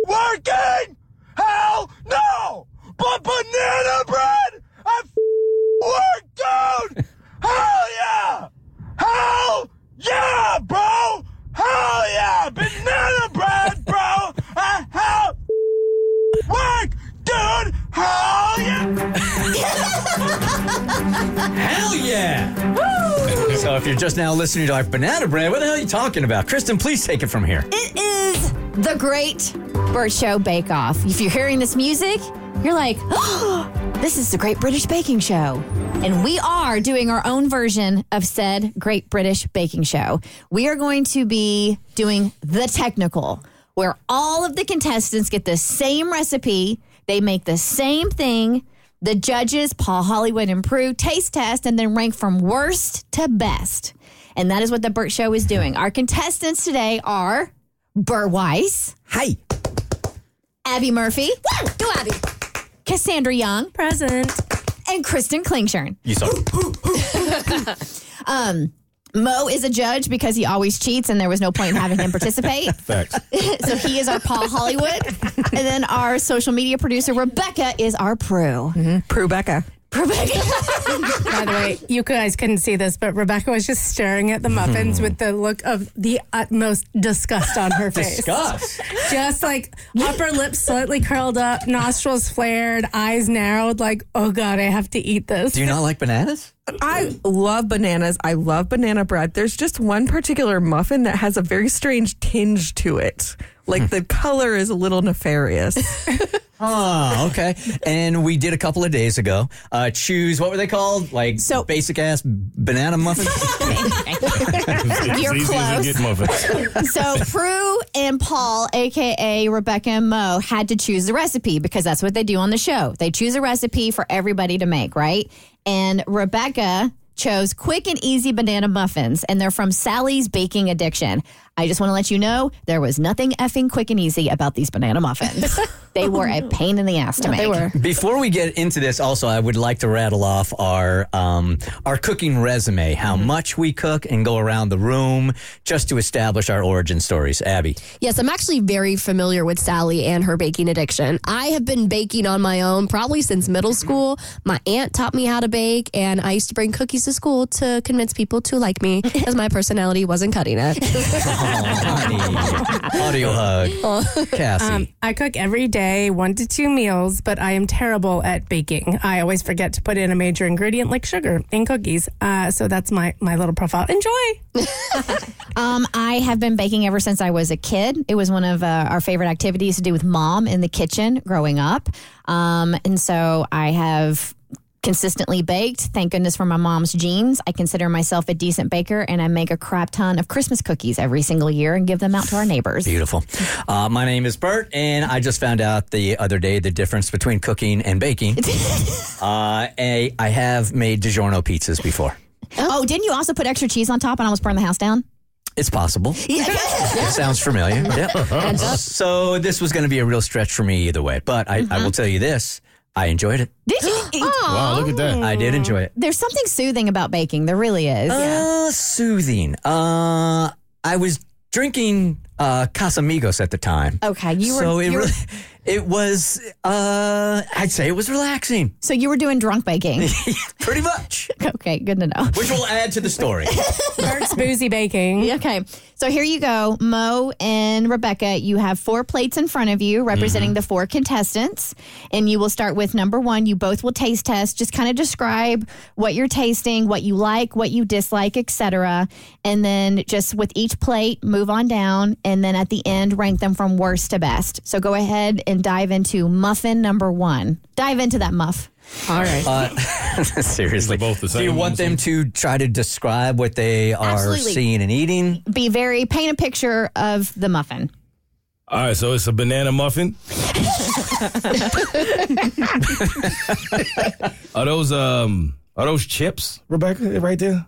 Speaker 13: working. Hell no. But banana bread, I work, dude. Hell yeah. Hell yeah, bro. Hell yeah. Banana bread, bro. I hell work, dude. Hell yeah.
Speaker 2: Hell yeah. so if you're just now listening, you're like, banana bread, what the hell are you talking about? Kristen, please take it from here.
Speaker 5: It is the Great Bird Show Bake Off. If you're hearing this music, you're like, oh, this is the Great British Baking Show. And we are doing our own version of said Great British Baking Show. We are going to be doing the technical, where all of the contestants get the same recipe, they make the same thing. The judges, Paul Hollywood and Prue, taste test and then rank from worst to best. And that is what the Burt Show is doing. Our contestants today are Burr Weiss.
Speaker 2: Hi.
Speaker 5: Abby Murphy. Woo! Go, Abby. Cassandra Young. Present. And Kristen Klingshern.
Speaker 2: You suck.
Speaker 5: Um, Mo is a judge because he always cheats, and there was no point in having him participate.
Speaker 1: Facts.
Speaker 5: so he is our Paul Hollywood. and then our social media producer, Rebecca, is our Prue.
Speaker 14: Prue Becca.
Speaker 15: By the way, you guys couldn't see this, but Rebecca was just staring at the muffins
Speaker 14: Hmm.
Speaker 15: with the look of the utmost disgust on her face.
Speaker 4: Disgust?
Speaker 15: Just like upper lip slightly curled up, nostrils flared, eyes narrowed, like, oh God, I have to eat this.
Speaker 2: Do you not like bananas?
Speaker 14: I love bananas. I love banana bread. There's just one particular muffin that has a very strange tinge to it. Like the color is a little nefarious.
Speaker 2: Ah, okay. And we did a couple of days ago. Uh, choose what were they called? Like basic ass banana muffins.
Speaker 5: You're
Speaker 2: It's easy as it
Speaker 5: close.
Speaker 2: get, muffin.
Speaker 5: so Prue and Paul, aka Rebecca and Mo, had to choose the recipe because that's what they do on the show. They choose a recipe for everybody to make, right? And Rebecca chose quick and easy banana muffins, and they're from Sally's Baking Addiction. I just want to let you know there was nothing effing quick and easy about these banana muffins. they were a pain in the ass to make. They were.
Speaker 2: Before we get into this, also, I would like to rattle off our um, our cooking resume, how much we cook, and go around the room just to establish our origin stories. Abby,
Speaker 7: Yes, I'm actually very familiar with Sally and her baking addiction. I have been baking on my own probably since middle school. My aunt taught me how to bake, and I used to bring cookies to school to convince people to like me because my personality wasn't cutting it.
Speaker 2: audio hug, Cassie.
Speaker 15: I cook every day, one to two meals, but I am terrible at baking. I always forget to put in a major ingredient like sugar in cookies. Uh, so that's my, my little profile. Enjoy.
Speaker 5: Um, I have been baking ever since I was a kid. It was one of uh, our favorite activities to do with mom in the kitchen growing up. Um, and so I have consistently baked. Thank goodness for my mom's genes. I consider myself a decent baker and I make a crap ton of Christmas cookies every single year and give them out to our neighbors.
Speaker 2: Beautiful. Uh, my name is Bert, and I just found out the other day the difference between cooking and baking. uh, a, I have made DiGiorno pizzas before.
Speaker 5: Oh, didn't you also put extra cheese on top and almost burn the house down?
Speaker 2: It's possible. It sounds familiar. Yep.
Speaker 5: Adds up.
Speaker 2: so this was going to be a real stretch for me either way, but I,
Speaker 5: Mm-hmm.
Speaker 2: I will tell you this: I enjoyed it.
Speaker 5: Did you?
Speaker 1: Oh,
Speaker 2: I did
Speaker 5: Mm.
Speaker 2: enjoy it.
Speaker 5: There's something soothing about baking. There really is.
Speaker 2: Uh, soothing. Uh, I was drinking uh, Casamigos at the time.
Speaker 5: Okay, you were.
Speaker 2: so it
Speaker 5: you were-
Speaker 2: really, It was, uh, I'd say it was relaxing,
Speaker 5: So you were doing drunk baking.
Speaker 2: pretty much.
Speaker 5: okay, good to know.
Speaker 2: which will add to the story.
Speaker 5: Burt's Boozy Baking. Okay. So here you go. Mo and Rebecca, you have four plates in front of you representing the four contestants. And you will start with number one. You both will taste test. Just kind of describe what you're tasting, what you like, what you dislike, etc. And then just with each plate, move on down. And then at the end, rank them from worst to best. So go ahead and dive into muffin number one. Dive into that muff. All right.
Speaker 2: Uh, seriously, both the same. Do you want them to try to describe what they are
Speaker 5: Absolutely.
Speaker 2: seeing and eating?
Speaker 5: Be very, paint a picture of the muffin.
Speaker 1: All right, so it's a banana muffin. Are those um are those chips, Rebecca, right there?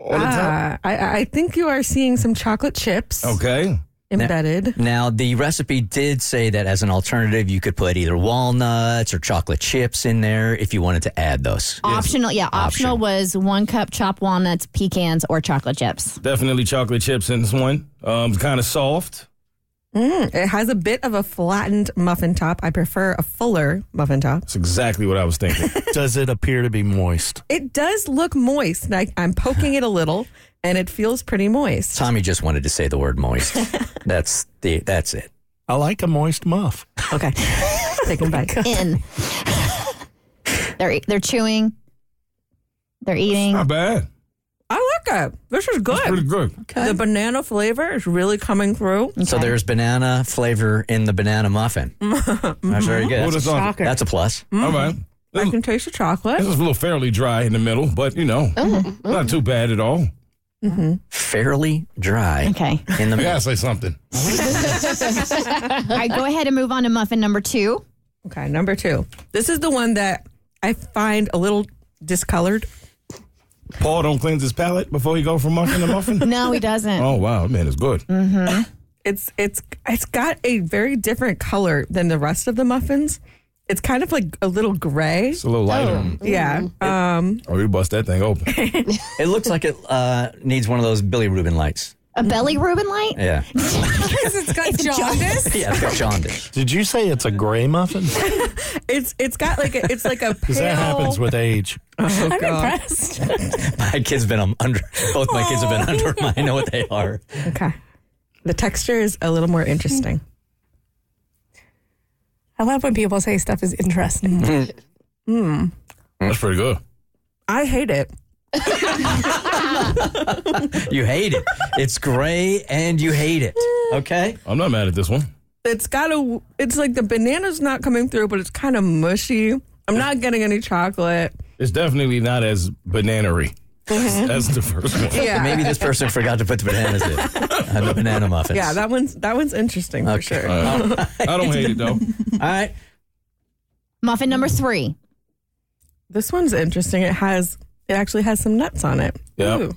Speaker 1: On the top?
Speaker 14: Ah, I, I think you are seeing some chocolate chips
Speaker 1: Okay.
Speaker 14: embedded.
Speaker 2: Now, the recipe did say that as an alternative, you could put either walnuts or chocolate chips in there if you wanted to add those.
Speaker 5: Optional, yeah, optional was one cup chopped walnuts, pecans, or chocolate chips.
Speaker 1: Definitely chocolate chips in this one. Um kind of soft.
Speaker 14: Mm, it has a bit of a flattened muffin top. I prefer a fuller muffin top.
Speaker 1: That's exactly what I was thinking.
Speaker 10: Does it appear to be moist?
Speaker 14: It does look moist. Like I'm poking it a little, and it feels pretty moist.
Speaker 2: Tommy just wanted to say the word moist. that's the that's it.
Speaker 10: I like a moist muff.
Speaker 14: Okay. Take a bite.
Speaker 5: In. they're they're chewing. They're eating.
Speaker 1: Not bad.
Speaker 14: I like it. This is good.
Speaker 1: pretty good.
Speaker 14: The banana flavor is really coming through.
Speaker 2: So there's banana flavor in the banana muffin. That's very good.
Speaker 1: Well,
Speaker 2: That's,
Speaker 1: that's awesome. Shocker.
Speaker 2: that's a Mm-hmm. plus.
Speaker 1: All right.
Speaker 14: I can taste the chocolate.
Speaker 1: This is a little fairly dry in the middle, but you know,
Speaker 2: Oh,
Speaker 1: not too bad at all.
Speaker 2: Fairly dry.
Speaker 5: Okay.
Speaker 2: In the
Speaker 1: I gotta say something.
Speaker 5: All right, go ahead and move on to muffin number two.
Speaker 14: Okay, number two. This is the one that I find a little discolored.
Speaker 1: Paul don't cleanse his palate before he go from muffin to muffin.
Speaker 5: No, he doesn't.
Speaker 1: Oh wow, man, it's good.
Speaker 14: It's it's it's got a very different color than the rest of the muffins. It's kind of like a little gray.
Speaker 1: It's a little lighter.
Speaker 2: Oh.
Speaker 14: Yeah. Um
Speaker 1: Oh, you bust that thing open.
Speaker 2: It looks like it uh, needs one of those Billy Rubin lights.
Speaker 5: A belly Reuben light?
Speaker 2: Yeah.
Speaker 15: it's got jaundice.
Speaker 2: yeah, it's got jaundice.
Speaker 10: Did you say it's a gray muffin?
Speaker 14: it's it's got like a, it's like a pale
Speaker 10: Because that happens with age.
Speaker 14: Oh,
Speaker 15: I'm
Speaker 14: God.
Speaker 15: impressed.
Speaker 2: My kids been um, under. Both my kids have been under. 'em. I know what they are.
Speaker 14: Okay. The texture is a little more interesting.
Speaker 15: Hmm. I love when people say stuff is
Speaker 14: Mm-hmm.
Speaker 15: interesting.
Speaker 1: That's pretty good.
Speaker 14: I hate it.
Speaker 2: You hate it. It's gray and you hate it. Okay.
Speaker 1: I'm not mad at this one.
Speaker 14: It's got a it's like the banana's not coming through, but it's kind of mushy. I'm not getting any chocolate.
Speaker 1: It's definitely not as bananery
Speaker 2: Uh-huh.
Speaker 1: as the first one.
Speaker 14: Yeah.
Speaker 2: Maybe this person forgot to put the bananas in. Uh, the banana muffins.
Speaker 14: Yeah, that one's that one's interesting for sure.
Speaker 1: I don't hate it though.
Speaker 2: All right.
Speaker 5: Muffin number three.
Speaker 14: This one's interesting. It has it actually has some nuts on it.
Speaker 1: Yep.
Speaker 14: Ooh.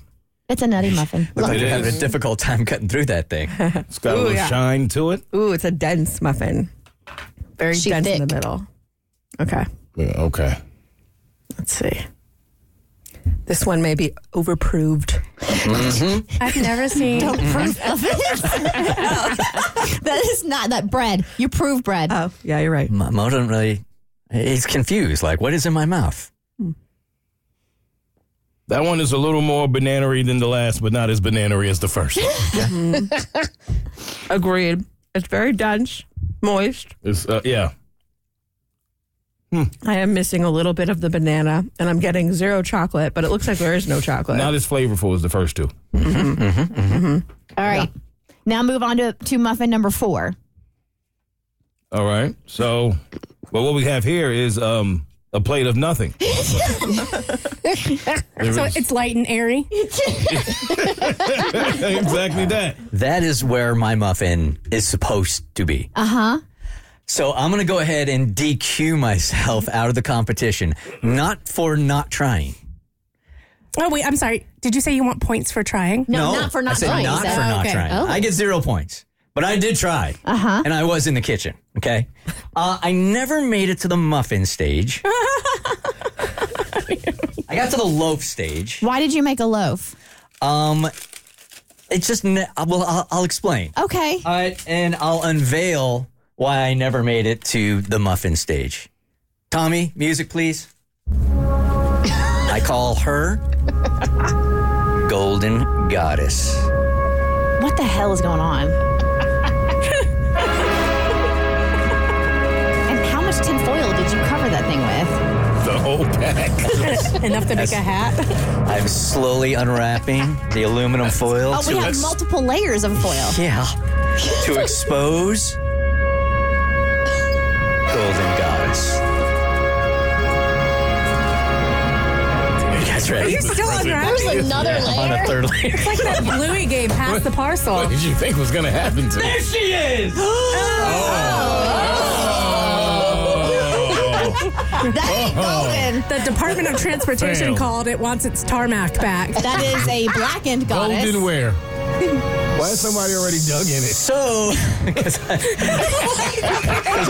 Speaker 5: It's a nutty muffin.
Speaker 2: Looks
Speaker 5: Look.
Speaker 2: like
Speaker 1: It
Speaker 2: you're having a
Speaker 1: is.
Speaker 2: difficult time cutting through that thing.
Speaker 1: It's got a
Speaker 14: Ooh,
Speaker 1: little
Speaker 14: yeah.
Speaker 1: shine to it.
Speaker 14: Ooh, it's a dense muffin. Very
Speaker 5: She
Speaker 14: dense in
Speaker 5: thick.
Speaker 14: the middle. Okay.
Speaker 1: Yeah, okay.
Speaker 14: Let's see. This one may be overproved.
Speaker 15: I've never seen.
Speaker 5: Proof of it. that is not that bread. You prove bread.
Speaker 14: Oh, yeah, you're right.
Speaker 2: Mo Mo don't really. He's confused. Like, what is in my mouth?
Speaker 1: That one is a little more bananery than the last, but not as bananery as the first.
Speaker 14: Agreed. It's very dense, moist.
Speaker 1: It's uh, yeah.
Speaker 14: I am missing a little bit of the banana, and I'm getting zero chocolate, but it looks like there is no chocolate.
Speaker 1: Not as flavorful as the first two.
Speaker 5: All right. Now move on to, to muffin number four.
Speaker 1: All right. So, but what we have here is um a plate of nothing. There
Speaker 15: So
Speaker 1: is-
Speaker 15: it's light and airy.
Speaker 1: exactly that.
Speaker 2: That is where my muffin is supposed to be.
Speaker 5: Uh
Speaker 14: Uh-huh.
Speaker 5: huh.
Speaker 2: So I'm going to go ahead and DQ myself out of the competition, not for not trying.
Speaker 15: Oh wait, I'm sorry. Did you say you want points for trying?
Speaker 5: No, not for not
Speaker 2: Oh, I said
Speaker 5: trying.
Speaker 2: Not
Speaker 5: So-
Speaker 2: for not
Speaker 15: Okay.
Speaker 2: trying.
Speaker 5: Oh.
Speaker 2: I get zero points, but I did try. Uh
Speaker 5: Uh-huh.
Speaker 2: huh. And I was in the kitchen. Okay. Uh, I never made it to the muffin stage. I got to the loaf stage.
Speaker 5: Why did you make a loaf?
Speaker 2: Um, it's just ne- well, uh, I'll, I'll explain.
Speaker 5: Okay.
Speaker 2: All right, and I'll unveil why I never made it to the muffin stage. Tommy, music, please. I call her Golden Goddess.
Speaker 5: What the hell is going on? and how much tinfoil did you cover that thing with?
Speaker 1: The whole pack.
Speaker 15: Enough to make a hat.
Speaker 2: I'm slowly unwrapping the aluminum foil.
Speaker 5: Oh, we
Speaker 2: to
Speaker 5: have
Speaker 2: ex-
Speaker 5: multiple layers of foil.
Speaker 2: Yeah. to expose Golden Goddess. You guys ready?
Speaker 15: You're still unwrapping. There's another
Speaker 2: On a
Speaker 15: layer?
Speaker 2: third layer.
Speaker 15: It's like that Bluey game, pass the parcel.
Speaker 1: What did you think was going to happen to Oh.
Speaker 15: There
Speaker 1: she is!
Speaker 15: Oh, That ain't
Speaker 2: Oh.
Speaker 15: golden. The Department of Transportation
Speaker 1: Fail.
Speaker 15: called. It wants its tarmac back.
Speaker 5: That is a blackened goddess.
Speaker 1: Golden where? Why has somebody already dug in it?
Speaker 2: So, because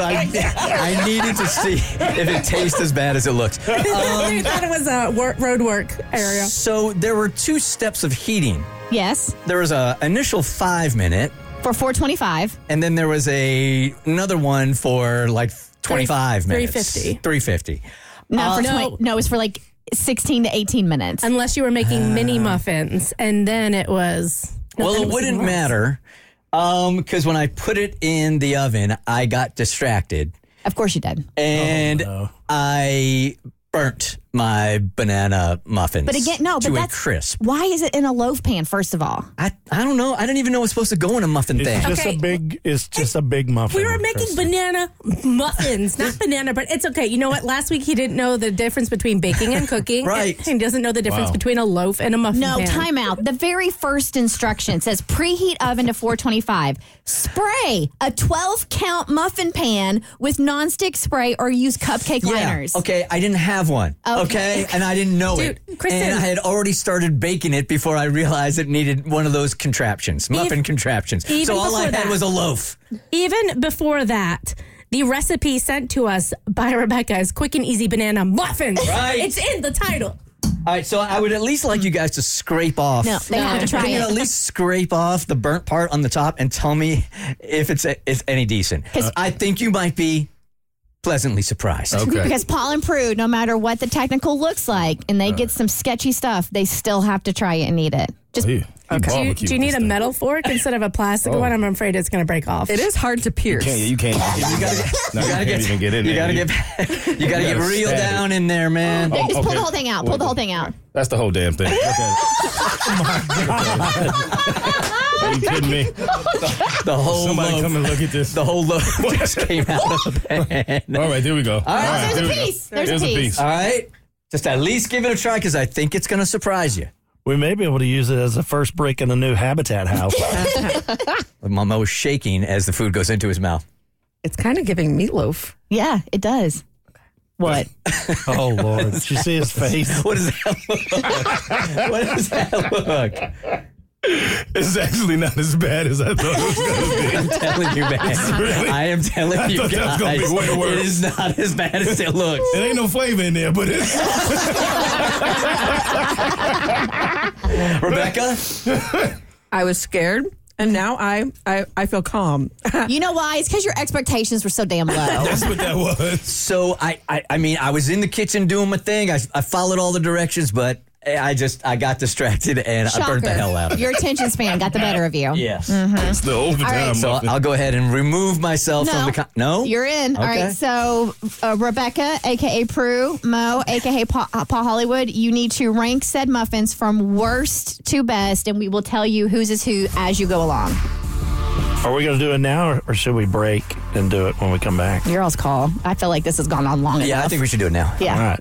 Speaker 2: I, I needed to see if it tastes as bad as it looks.
Speaker 15: I thought it was a wor- road work area.
Speaker 2: So there were two steps of heating.
Speaker 5: Yes,
Speaker 2: There was a initial five minute,
Speaker 5: for 425.
Speaker 2: and then there was a another one for like twenty five minutes.
Speaker 5: 350.
Speaker 2: Three fifty.
Speaker 5: No,
Speaker 15: Uh,
Speaker 5: for
Speaker 15: no.
Speaker 5: 20, no, it was for like 16 to 18 minutes.
Speaker 15: Unless you were making
Speaker 1: Ah.
Speaker 15: mini muffins, and then it was. no,
Speaker 2: Well,
Speaker 15: then
Speaker 2: it
Speaker 15: was
Speaker 2: wouldn't
Speaker 15: even worse.
Speaker 2: matter because when I put it in the oven, I got distracted
Speaker 5: Of course you did.
Speaker 10: Oh,
Speaker 2: and I burnt my banana muffins.
Speaker 5: But again, no,
Speaker 2: to
Speaker 5: but
Speaker 2: a
Speaker 5: that's
Speaker 2: crisp.
Speaker 5: Why is it in a loaf pan, first of all?
Speaker 2: I, I don't know. I didn't even know it was supposed to go in a muffin
Speaker 10: It's
Speaker 2: thing.
Speaker 10: just a big. It's just a big muffin.
Speaker 15: We were making
Speaker 10: Kristen.
Speaker 15: banana muffins, not banana, but it's okay. You know what? Last week he didn't know the difference between baking and cooking.
Speaker 2: Right.
Speaker 15: He doesn't know the difference
Speaker 2: Wow.
Speaker 15: between a loaf and a muffin.
Speaker 5: No,
Speaker 15: pan.
Speaker 5: time out. The very first instruction says preheat oven to 425. Spray a 12 count muffin pan with nonstick spray or use cupcake liners.
Speaker 2: Okay, I didn't have one.
Speaker 5: Okay.
Speaker 2: Okay, and I didn't know it.
Speaker 5: Kristen-
Speaker 2: and I had already started baking it before I realized it needed one of those contraptions, muffin contraptions.
Speaker 15: even
Speaker 2: So all
Speaker 15: before
Speaker 2: I had
Speaker 15: that.
Speaker 2: was a loaf.
Speaker 15: Even before that, the recipe sent to us by Rebecca is quick and easy banana muffins.
Speaker 2: Right.
Speaker 15: It's in the title.
Speaker 2: All right, so I would at least like you guys to scrape off.
Speaker 15: No, they have to try
Speaker 2: Can you
Speaker 15: it.
Speaker 2: at least scrape off the burnt part on the top and tell me if it's it's any decent?
Speaker 1: Uh,
Speaker 5: 'Cause-
Speaker 2: I think you might be pleasantly surprised.
Speaker 5: Because Paul and Prue, no matter what the technical looks like, and they get some sketchy stuff, they still have to try it and eat it. Just
Speaker 15: Do you, do you need a metal fork instead of a plastic
Speaker 5: Oh.
Speaker 15: one? I'm afraid it's going to break off. It is hard to
Speaker 1: You can't, you can't, you gotta, no, you
Speaker 2: gotta
Speaker 1: can't
Speaker 2: get-
Speaker 1: even get in
Speaker 2: you
Speaker 1: there.
Speaker 2: gotta get- You got to
Speaker 1: You
Speaker 2: get
Speaker 1: gotta
Speaker 2: real
Speaker 1: stab it. Oh.
Speaker 2: down in there, man.
Speaker 5: Yeah, just pull the whole thing out. Pull the whole thing out.
Speaker 1: That's the whole damn thing. Okay. Are you kidding me?
Speaker 2: The, the whole
Speaker 1: Somebody
Speaker 2: loaf.
Speaker 1: come and look at this.
Speaker 2: The whole loaf just came out of the pan.
Speaker 1: All right, there we go. All
Speaker 2: right.
Speaker 1: right, there we go.
Speaker 2: All right. Just at least give it a try because I think it's going to surprise you.
Speaker 10: We may be able to use it as a first brick in a new habitat house.
Speaker 2: Momo is shaking as the food goes into his mouth.
Speaker 14: It's kind of giving meatloaf.
Speaker 5: Yeah, it does. What?
Speaker 10: oh Lord! Did you see his face?
Speaker 2: What is that? what does that look?
Speaker 1: It's actually not as bad as I thought it was going to be.
Speaker 2: I'm telling you, man.
Speaker 1: It's really-
Speaker 2: I am telling
Speaker 1: I
Speaker 2: you
Speaker 1: thought
Speaker 2: guys.
Speaker 1: that was gonna be way worse.
Speaker 2: It is not as bad as it looks.
Speaker 1: It ain't no flavor in there, but it's.
Speaker 2: Rebecca?
Speaker 14: I was scared, and now I I, I feel calm.
Speaker 5: You know why? It's because your expectations were so damn low.
Speaker 1: what that was.
Speaker 2: So I, I, I mean, I was in the kitchen doing my thing. I, I followed all the directions, but I just, I got distracted and I burnt the hell out of it.
Speaker 5: Your attention span got the better of you.
Speaker 2: Yes.
Speaker 5: Mhm.
Speaker 1: It's the overtime.
Speaker 5: All right.
Speaker 2: So I'll go ahead and remove myself from the. Con- no,
Speaker 5: You're in. All
Speaker 2: Okay.
Speaker 5: right. So, uh, Rebecca, aka Prue, Mo, aka Paul, uh, Paul Hollywood, you need to rank said muffins from worst to best, and we will tell you whose is who as you go along.
Speaker 10: Are we going to do it now, or, or should we break and do it when we come back?
Speaker 5: Your all's call. I feel like this has gone on long enough.
Speaker 2: we should do it now.
Speaker 5: Yeah.
Speaker 10: All right.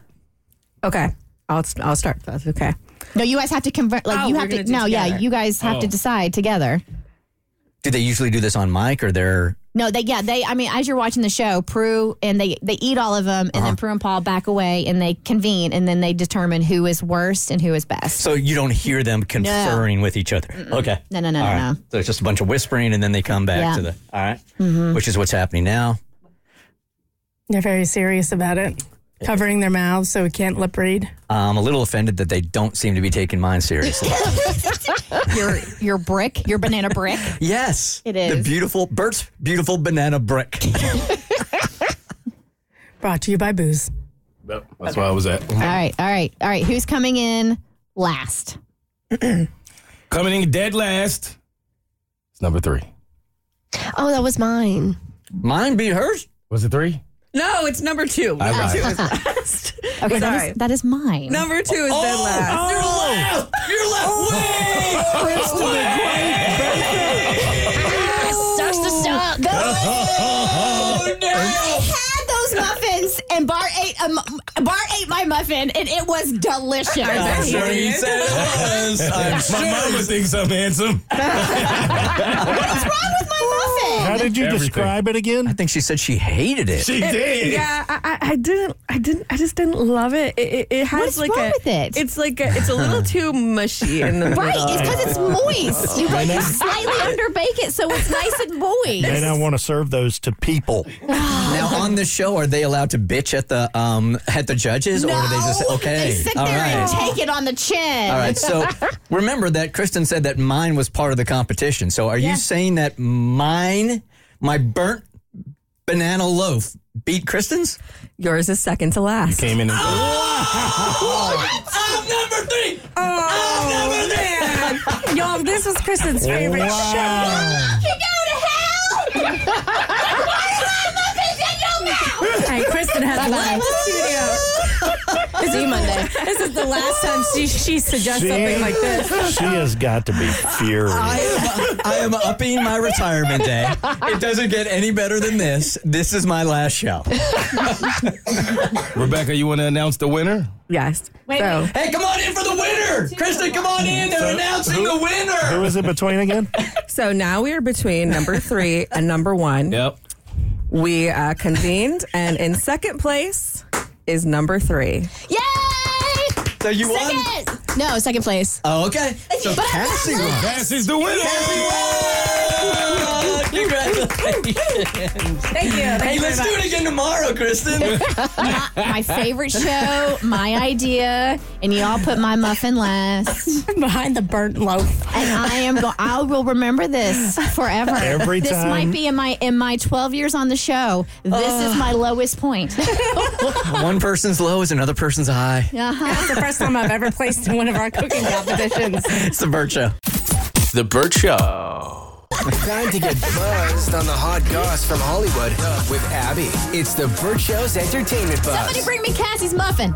Speaker 14: Okay, I'll I'll start. That's okay.
Speaker 5: No, you guys have to convert. Like
Speaker 14: Oh,
Speaker 5: you
Speaker 14: we're
Speaker 5: have to.
Speaker 14: gonna do
Speaker 5: No, yeah,
Speaker 14: together.
Speaker 5: you guys have to
Speaker 2: Oh.
Speaker 5: decide together.
Speaker 2: Do they usually do this on mic or they're?
Speaker 5: No, they yeah they. I mean, as you're watching the show, Prue and they they eat all of them, and then Prue and Paul back away, and they convene, and then they determine who is worst and who is best.
Speaker 2: So you don't hear them conferring with each other. Okay.
Speaker 5: No, no, no,
Speaker 2: All
Speaker 5: no,
Speaker 2: right.
Speaker 5: no.
Speaker 2: So it's just a bunch of whispering, and then they come back
Speaker 5: Yeah.
Speaker 2: to the. All right.
Speaker 5: Mhm.
Speaker 2: Which is what's happening now.
Speaker 15: They're very serious about it. covering their mouths so we can't lip read.
Speaker 2: I'm a little offended that they don't seem to be taking mine seriously.
Speaker 5: your your brick, your banana brick.
Speaker 2: yes.
Speaker 5: It is.
Speaker 2: The beautiful, Bert's beautiful banana brick.
Speaker 15: Brought to you by booze.
Speaker 1: Yep, that's where I was at.
Speaker 5: All right, all right, all right. Who's coming in last?
Speaker 1: Coming in dead last. It's number three.
Speaker 7: Oh, that was mine.
Speaker 2: Mine beat hers.
Speaker 1: Was it three?
Speaker 14: No, it's number two.
Speaker 1: I
Speaker 14: Number
Speaker 1: lied.
Speaker 14: two is last.
Speaker 5: Okay, that
Speaker 14: Sorry.
Speaker 5: is, that is mine.
Speaker 14: Number two is
Speaker 2: Oh,
Speaker 5: Oh,
Speaker 14: dead last.
Speaker 4: You're left.
Speaker 14: Kristen, the
Speaker 5: Sucks to suck.
Speaker 2: Oh,
Speaker 5: I had those muffins, and Bart ate a mu- Bart ate my muffin, and it was delicious.
Speaker 1: My mama thinks I'm handsome.
Speaker 5: What's wrong with my muffin?
Speaker 10: How did you
Speaker 1: Everything.
Speaker 10: describe it again? I
Speaker 2: think she said she hated it.
Speaker 1: She did.
Speaker 14: Yeah, I, I I didn't. I didn't. I just didn't love it. It, it, it has
Speaker 5: oh. What's
Speaker 14: like
Speaker 5: wrong
Speaker 14: a.
Speaker 5: with it?
Speaker 14: It's like a, it's a little too mushy in the
Speaker 5: Right,
Speaker 14: middle.
Speaker 5: it's because it's moist. You like you slightly underbake it, so it's nice and
Speaker 10: They
Speaker 5: moist.
Speaker 10: don't want to serve those to people.
Speaker 2: now on the show, are they allowed to bitch at the um at the judges, or do they just
Speaker 5: No,
Speaker 2: okay?
Speaker 5: They sit there
Speaker 2: all
Speaker 5: and
Speaker 2: right.
Speaker 5: take it on the chin.
Speaker 2: All right, so remember that Kristen said that mine was part of the competition. So are you saying that mine, my burnt banana loaf, beat Kristen's?
Speaker 14: Yours is second to last.
Speaker 1: Came in and
Speaker 4: I'm number three.
Speaker 14: Oh,
Speaker 15: man. Y'all, this was Kristen's favorite
Speaker 4: Wow.
Speaker 5: You go to hell!
Speaker 15: show. Hey, Kristen has left the studio.
Speaker 5: See you Monday.
Speaker 15: This is the last time she, she suggests something like this.
Speaker 10: she has got to be furious.
Speaker 2: I am, I am upping my retirement day. It doesn't get any better than this. This is my last show.
Speaker 1: Rebecca, you want to announce the winner?
Speaker 14: Yes.
Speaker 4: Wait,
Speaker 14: so.
Speaker 4: wait.
Speaker 2: Hey, come on in for the winner. Kristen, come on in. They're announcing the winner.
Speaker 10: Who is it between again?
Speaker 14: So now we are between number three and number one.
Speaker 1: Yep.
Speaker 14: We uh, convened, and in second place is number three.
Speaker 5: Yay!
Speaker 2: So you
Speaker 5: won? No, second place.
Speaker 2: Oh, okay. So
Speaker 5: But I got
Speaker 2: Cassie won.
Speaker 5: last.
Speaker 1: Cassie's the winner.
Speaker 2: Oh, Congratulations.
Speaker 15: Thank you. Thank
Speaker 2: hey,
Speaker 15: you
Speaker 2: let's
Speaker 15: very
Speaker 2: do it
Speaker 15: much.
Speaker 2: again tomorrow, Kristen.
Speaker 5: my, my favorite show, my idea, and y'all put my muffin last.
Speaker 15: Behind the burnt loaf.
Speaker 5: And I am go- I will remember this forever.
Speaker 10: Every
Speaker 5: this
Speaker 10: time-
Speaker 5: might be in my in my 12 years on the show. This is my lowest point. Uh-huh.
Speaker 2: One person's low is another person's high.
Speaker 15: That's the first time I've ever placed in one of our cooking competitions.
Speaker 2: It's the Burt Show.
Speaker 16: The Burt Show.
Speaker 17: Time to get buzzed on the hot goss from Hollywood with Abby. It's the Burt Show's entertainment buzz.
Speaker 5: Somebody bring me Cassie's muffin.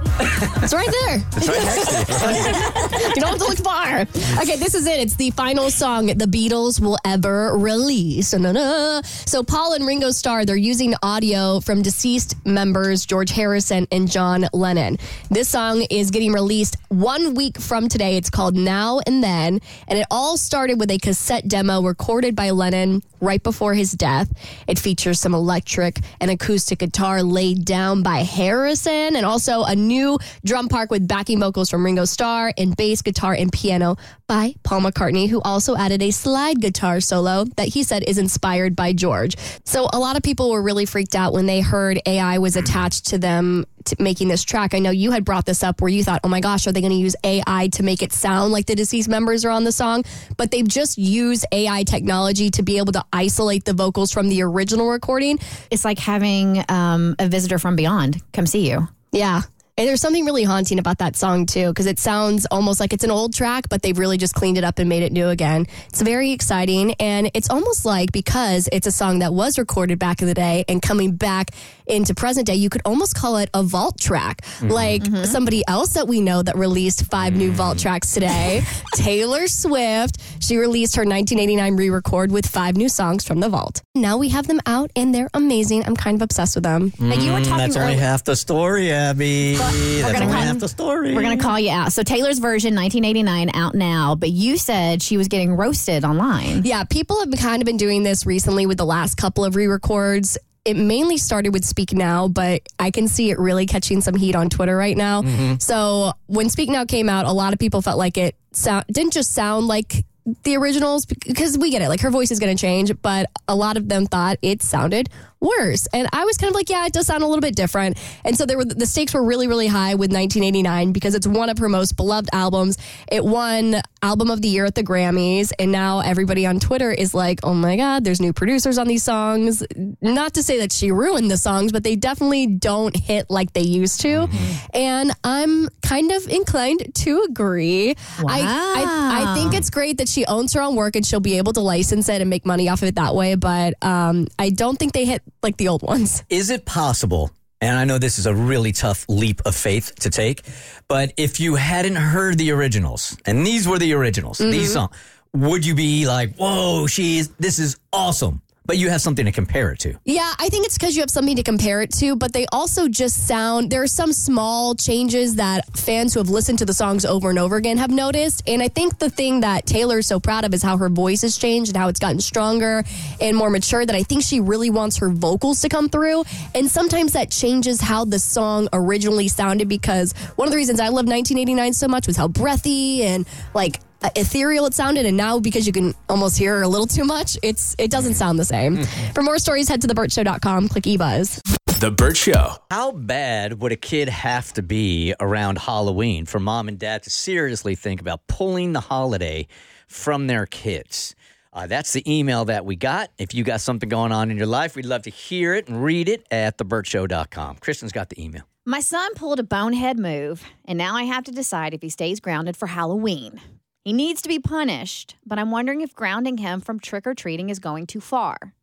Speaker 5: It's right there.
Speaker 17: It's right next to
Speaker 7: you don't have to look far. Okay, this is it. It's the final song the Beatles will ever release. Na-na-na. So Paul and Ringo Starr, they're using audio from deceased members George Harrison and John Lennon. This song is getting released one week from today. It's called Now and Then, and it all started with a cassette demo recorded by Lennon right before his death. It features some electric and acoustic guitar laid down by Harrison and also a new drum park with backing vocals from Ringo Starr and bass guitar and piano by Paul McCartney, who also added a slide guitar solo that he said is inspired by George. So a lot of people were really freaked out when they heard AI was attached to them t making this track. I know you had brought this up where you thought, oh my gosh, are they going to use AI to make it sound like the deceased members are on the song? But they've just used AI technology to be able to isolate the vocals from the original recording.
Speaker 5: It's like having um, a visitor from beyond come see you.
Speaker 7: Yeah. And there's something really haunting about that song too, because it sounds almost like it's an old track, but they've really just cleaned it up and made it new again. It's very exciting, and it's almost like because it's a song that was recorded back in the day and coming back into present day, you could almost call it a vault track, like somebody else that we know that released five new vault tracks today, Taylor Swift. She released her 1989 re-record with five new songs from the vault. Now we have them out, and they're amazing. I'm kind of obsessed with them.
Speaker 5: you were
Speaker 2: Mm,
Speaker 5: talking
Speaker 2: that's only
Speaker 5: earlier-
Speaker 2: half the story, Abby.
Speaker 5: We're
Speaker 2: That's
Speaker 5: gonna
Speaker 2: only
Speaker 5: call-
Speaker 2: half the story.
Speaker 5: We're going to call you out. So Taylor's version 1989 out now, but you said she was getting roasted online.
Speaker 7: Yeah, people have kind of been doing this recently with the last couple of re records. It mainly started with Speak Now, but I can see it really catching some heat on Twitter right now. So when Speak Now came out, a lot of people felt like it sound, didn't just sound like the originals because we get it, like her voice is going to change, but a lot of them thought it sounded worse. And I was kind of like, yeah, it does sound a little bit different. And so there were the stakes were really, really high with 1989 because it's one of her most beloved albums. It won album of the year at the Grammys, and now everybody on Twitter is like, oh my god, there's new producers on these songs. Not to say that she ruined the songs, but they definitely don't hit like they used to. And I'm kind of inclined to agree. I, I I think it's great that she owns her own work and she'll be able to license it and make money off of it that way. But um, I don't think they hit like the old ones.
Speaker 2: Is it possible? And I know this is a really tough leap of faith to take, but if you hadn't heard the originals, and these were the originals, these
Speaker 4: Mhm.
Speaker 2: songs, would you be like, "Whoa, she's this is awesome"? But you have something to compare it to.
Speaker 7: Yeah, I think it's because you have something to compare it to, but they also just sound. There are some small changes that fans who have listened to the songs over and over again have noticed. And I think the thing that Taylor's so proud of is how her voice has changed and how it's gotten stronger and more mature, that I think she really wants her vocals to come through. And sometimes that changes how the song originally sounded because one of the reasons I love 1989 so much was how breathy and like. uh, Ethereal, it sounded, and now because you can almost hear her a little too much, it's it doesn't sound the same. For more stories, head to thebirdshow.com, click ebuzz.
Speaker 2: The Burt Show. How bad would a kid have to be around Halloween for mom and dad to seriously think about pulling the holiday from their kids? Uh, that's the email that we got. If you got something going on in your life, we'd love to hear it and read it at thebirdshow.com. Kristen's got the email.
Speaker 5: My son pulled a bonehead move, and now I have to decide if he stays grounded for Halloween. He needs to be punished, but I'm wondering if grounding him from trick or treating is going too far.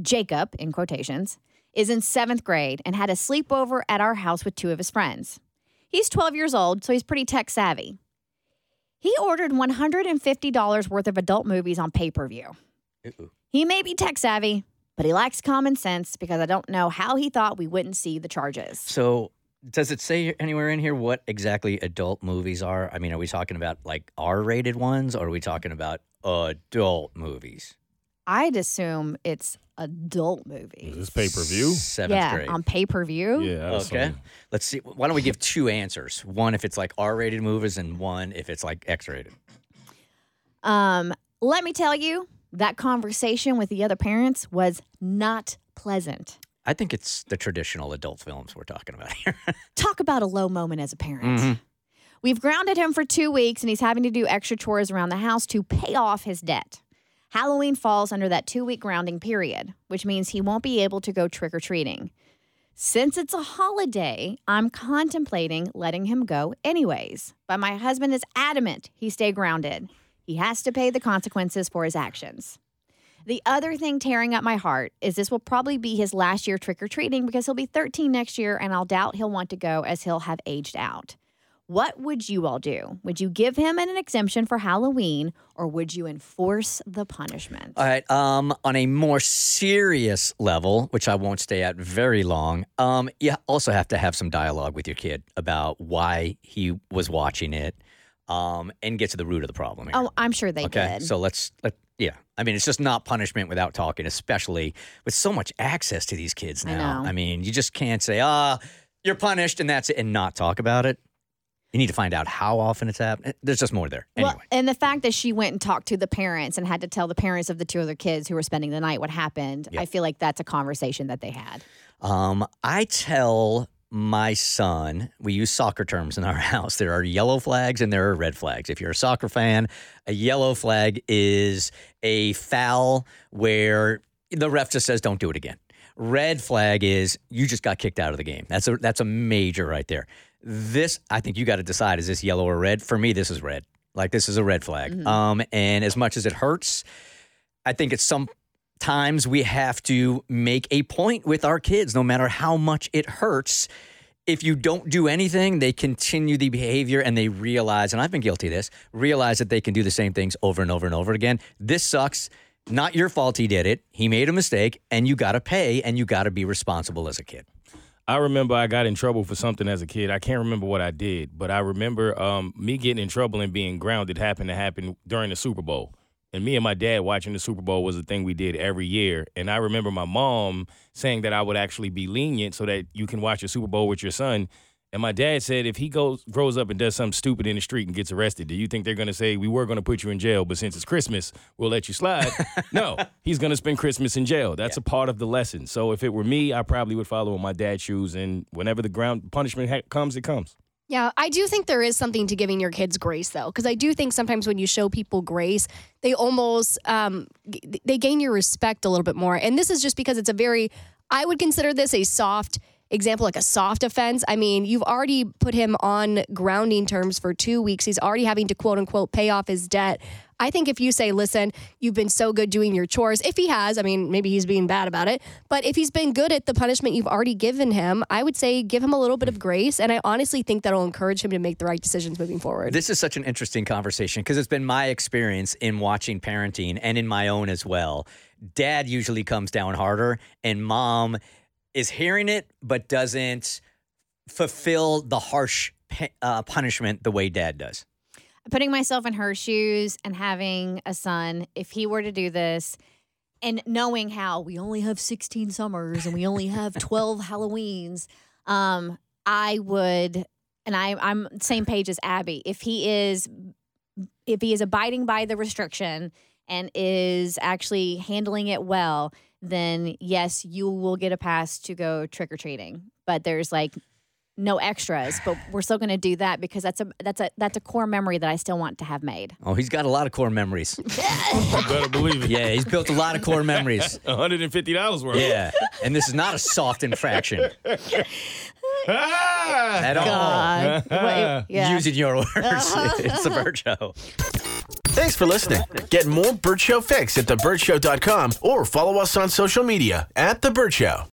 Speaker 5: Jacob, in quotations, is in seventh grade and had a sleepover at our house with two of his friends. He's 12 years old, so he's pretty tech savvy. He ordered $150 worth of adult movies on pay per view. He may be tech savvy, but he lacks common sense because I don't know how he thought we wouldn't see the charges.
Speaker 2: So, does it say anywhere in here what exactly adult movies are? I mean, are we talking about like R rated ones or are we talking about adult movies?
Speaker 5: I'd assume it's adult movies.
Speaker 2: Is this pay per view? Seventh
Speaker 5: yeah, um,
Speaker 2: grade.
Speaker 5: on pay per view.
Speaker 2: Okay. Let's see. Why don't we give two answers? One if it's like R-rated movies, and one if it's like X-rated.
Speaker 5: Um, let me tell you, that conversation with the other parents was not pleasant.
Speaker 2: I think it's the traditional adult films we're talking about here.
Speaker 5: Talk about a low moment as a parent.
Speaker 2: Mm-hmm.
Speaker 5: We've grounded him for two weeks and he's having to do extra chores around the house to pay off his debt. Halloween falls under that two week grounding period, which means he won't be able to go trick or treating. Since it's a holiday, I'm contemplating letting him go anyways, but my husband is adamant he stay grounded. He has to pay the consequences for his actions. The other thing tearing up my heart is this will probably be his last year trick or treating because he'll be 13 next year and I'll doubt he'll want to go as he'll have aged out. What would you all do? Would you give him an exemption for Halloween or would you enforce the punishment?
Speaker 2: All right. Um, on a more serious level, which I won't stay at very long, um, you also have to have some dialogue with your kid about why he was watching it, um, and get to the root of the problem. here.
Speaker 5: Oh, I'm sure they
Speaker 2: okay.
Speaker 5: did.
Speaker 2: So let's let yeah. I mean, it's just not punishment without talking, especially with so much access to these kids
Speaker 5: I
Speaker 2: now.
Speaker 5: know.
Speaker 2: mean, you just can't say, "Ah, you're punished," and that's it, and not talk about it. You need to find out how often it's happening. There's just more there. Anyway,
Speaker 5: Well, and the fact that she went and talked to the parents and had to tell the parents of the two other kids who were spending the night what happened, I feel like that's a conversation that they had.
Speaker 2: um, I tell my son we use soccer terms in our house. There are yellow flags and there are red flags. If you're a soccer fan, a yellow flag is a foul where the ref just says, "Don't do it again." Red flag is you just got kicked out of the game. That's a that's a major right there. This I think you got to decide is this yellow or red? For me, this is red. Like this is a red flag.
Speaker 4: Mhm.
Speaker 2: Um, and as much as it hurts, I think it's sometimes we have to make a point with our kids, no matter how much it hurts. If you don't do anything, they continue the behavior and they realize, and I've been guilty of this, realize that they can do the same things over and over and over again. This sucks. Not your fault he did it. He made a mistake, and you got to pay and you got to be responsible as a kid.
Speaker 1: I remember I got in trouble for something as a kid. I can't remember what I did, but I remember um, me getting in trouble and being grounded happened to happen during the Super Bowl. And me and my dad watching the Super Bowl was a thing we did every year. And I remember my mom saying that I would actually be lenient so that you can watch the Super Bowl with your son. And my dad said, if he goes grows up and does something stupid in the street and gets arrested, do you think they're gonna say we were gonna put you in jail, but since it's Christmas, we'll let you slide? no, he's gonna spend Christmas in jail. That's a part of the lesson. So if it were me, I probably would follow in my dad's shoes, and whenever the ground punishment ha- comes, it comes.
Speaker 7: Yeah, I do think there is something to giving your kids grace, though, because I do think sometimes when you show people grace, they almost um, g- they gain your respect a little bit more. And this is just because it's a very I would consider this a soft example, like a soft offense. I mean, you've already put him on grounding terms for two weeks. He's already having to quote unquote pay off his debt. I think if you say, listen, you've been so good doing your chores, if he has, I mean, maybe he's being bad about it, but if he's been good at the punishment you've already given him, I would say give him a little bit of grace. And I honestly think that'll encourage him to make the right decisions moving forward.
Speaker 2: This is such an interesting conversation because it's been my experience in watching parenting and in my own as well. Dad usually comes down harder, and mom is hearing it but doesn't fulfill the harsh pa- uh, punishment the way dad does.
Speaker 5: putting myself in her shoes and having a son, if he were to do this, and knowing how we only have 16 summers and we only have 12 Halloweens, um, I would, and I, I'm same page as Abby. If he is, if he is abiding by the restriction and is actually handling it well, then yes, you will get a pass to go trick or treating. But there's like no extras, but we're still going to do that because that's a that's a that's a core memory that I still want to have made.
Speaker 2: Oh, he's got a lot of core memories.
Speaker 1: better believe it.
Speaker 2: Yeah, he's built a lot of core memories.
Speaker 1: One hundred and fifty dollars worth.
Speaker 2: Yeah, and this is not a soft infraction at
Speaker 4: God.
Speaker 2: all.
Speaker 4: Well, it- yeah.
Speaker 2: Using your words,
Speaker 4: Uh-huh.
Speaker 2: it's a virtue.
Speaker 13: Thanks for listening. Get more Bird Show fix at thebirdshow.com or follow us on social media at The Bird Show.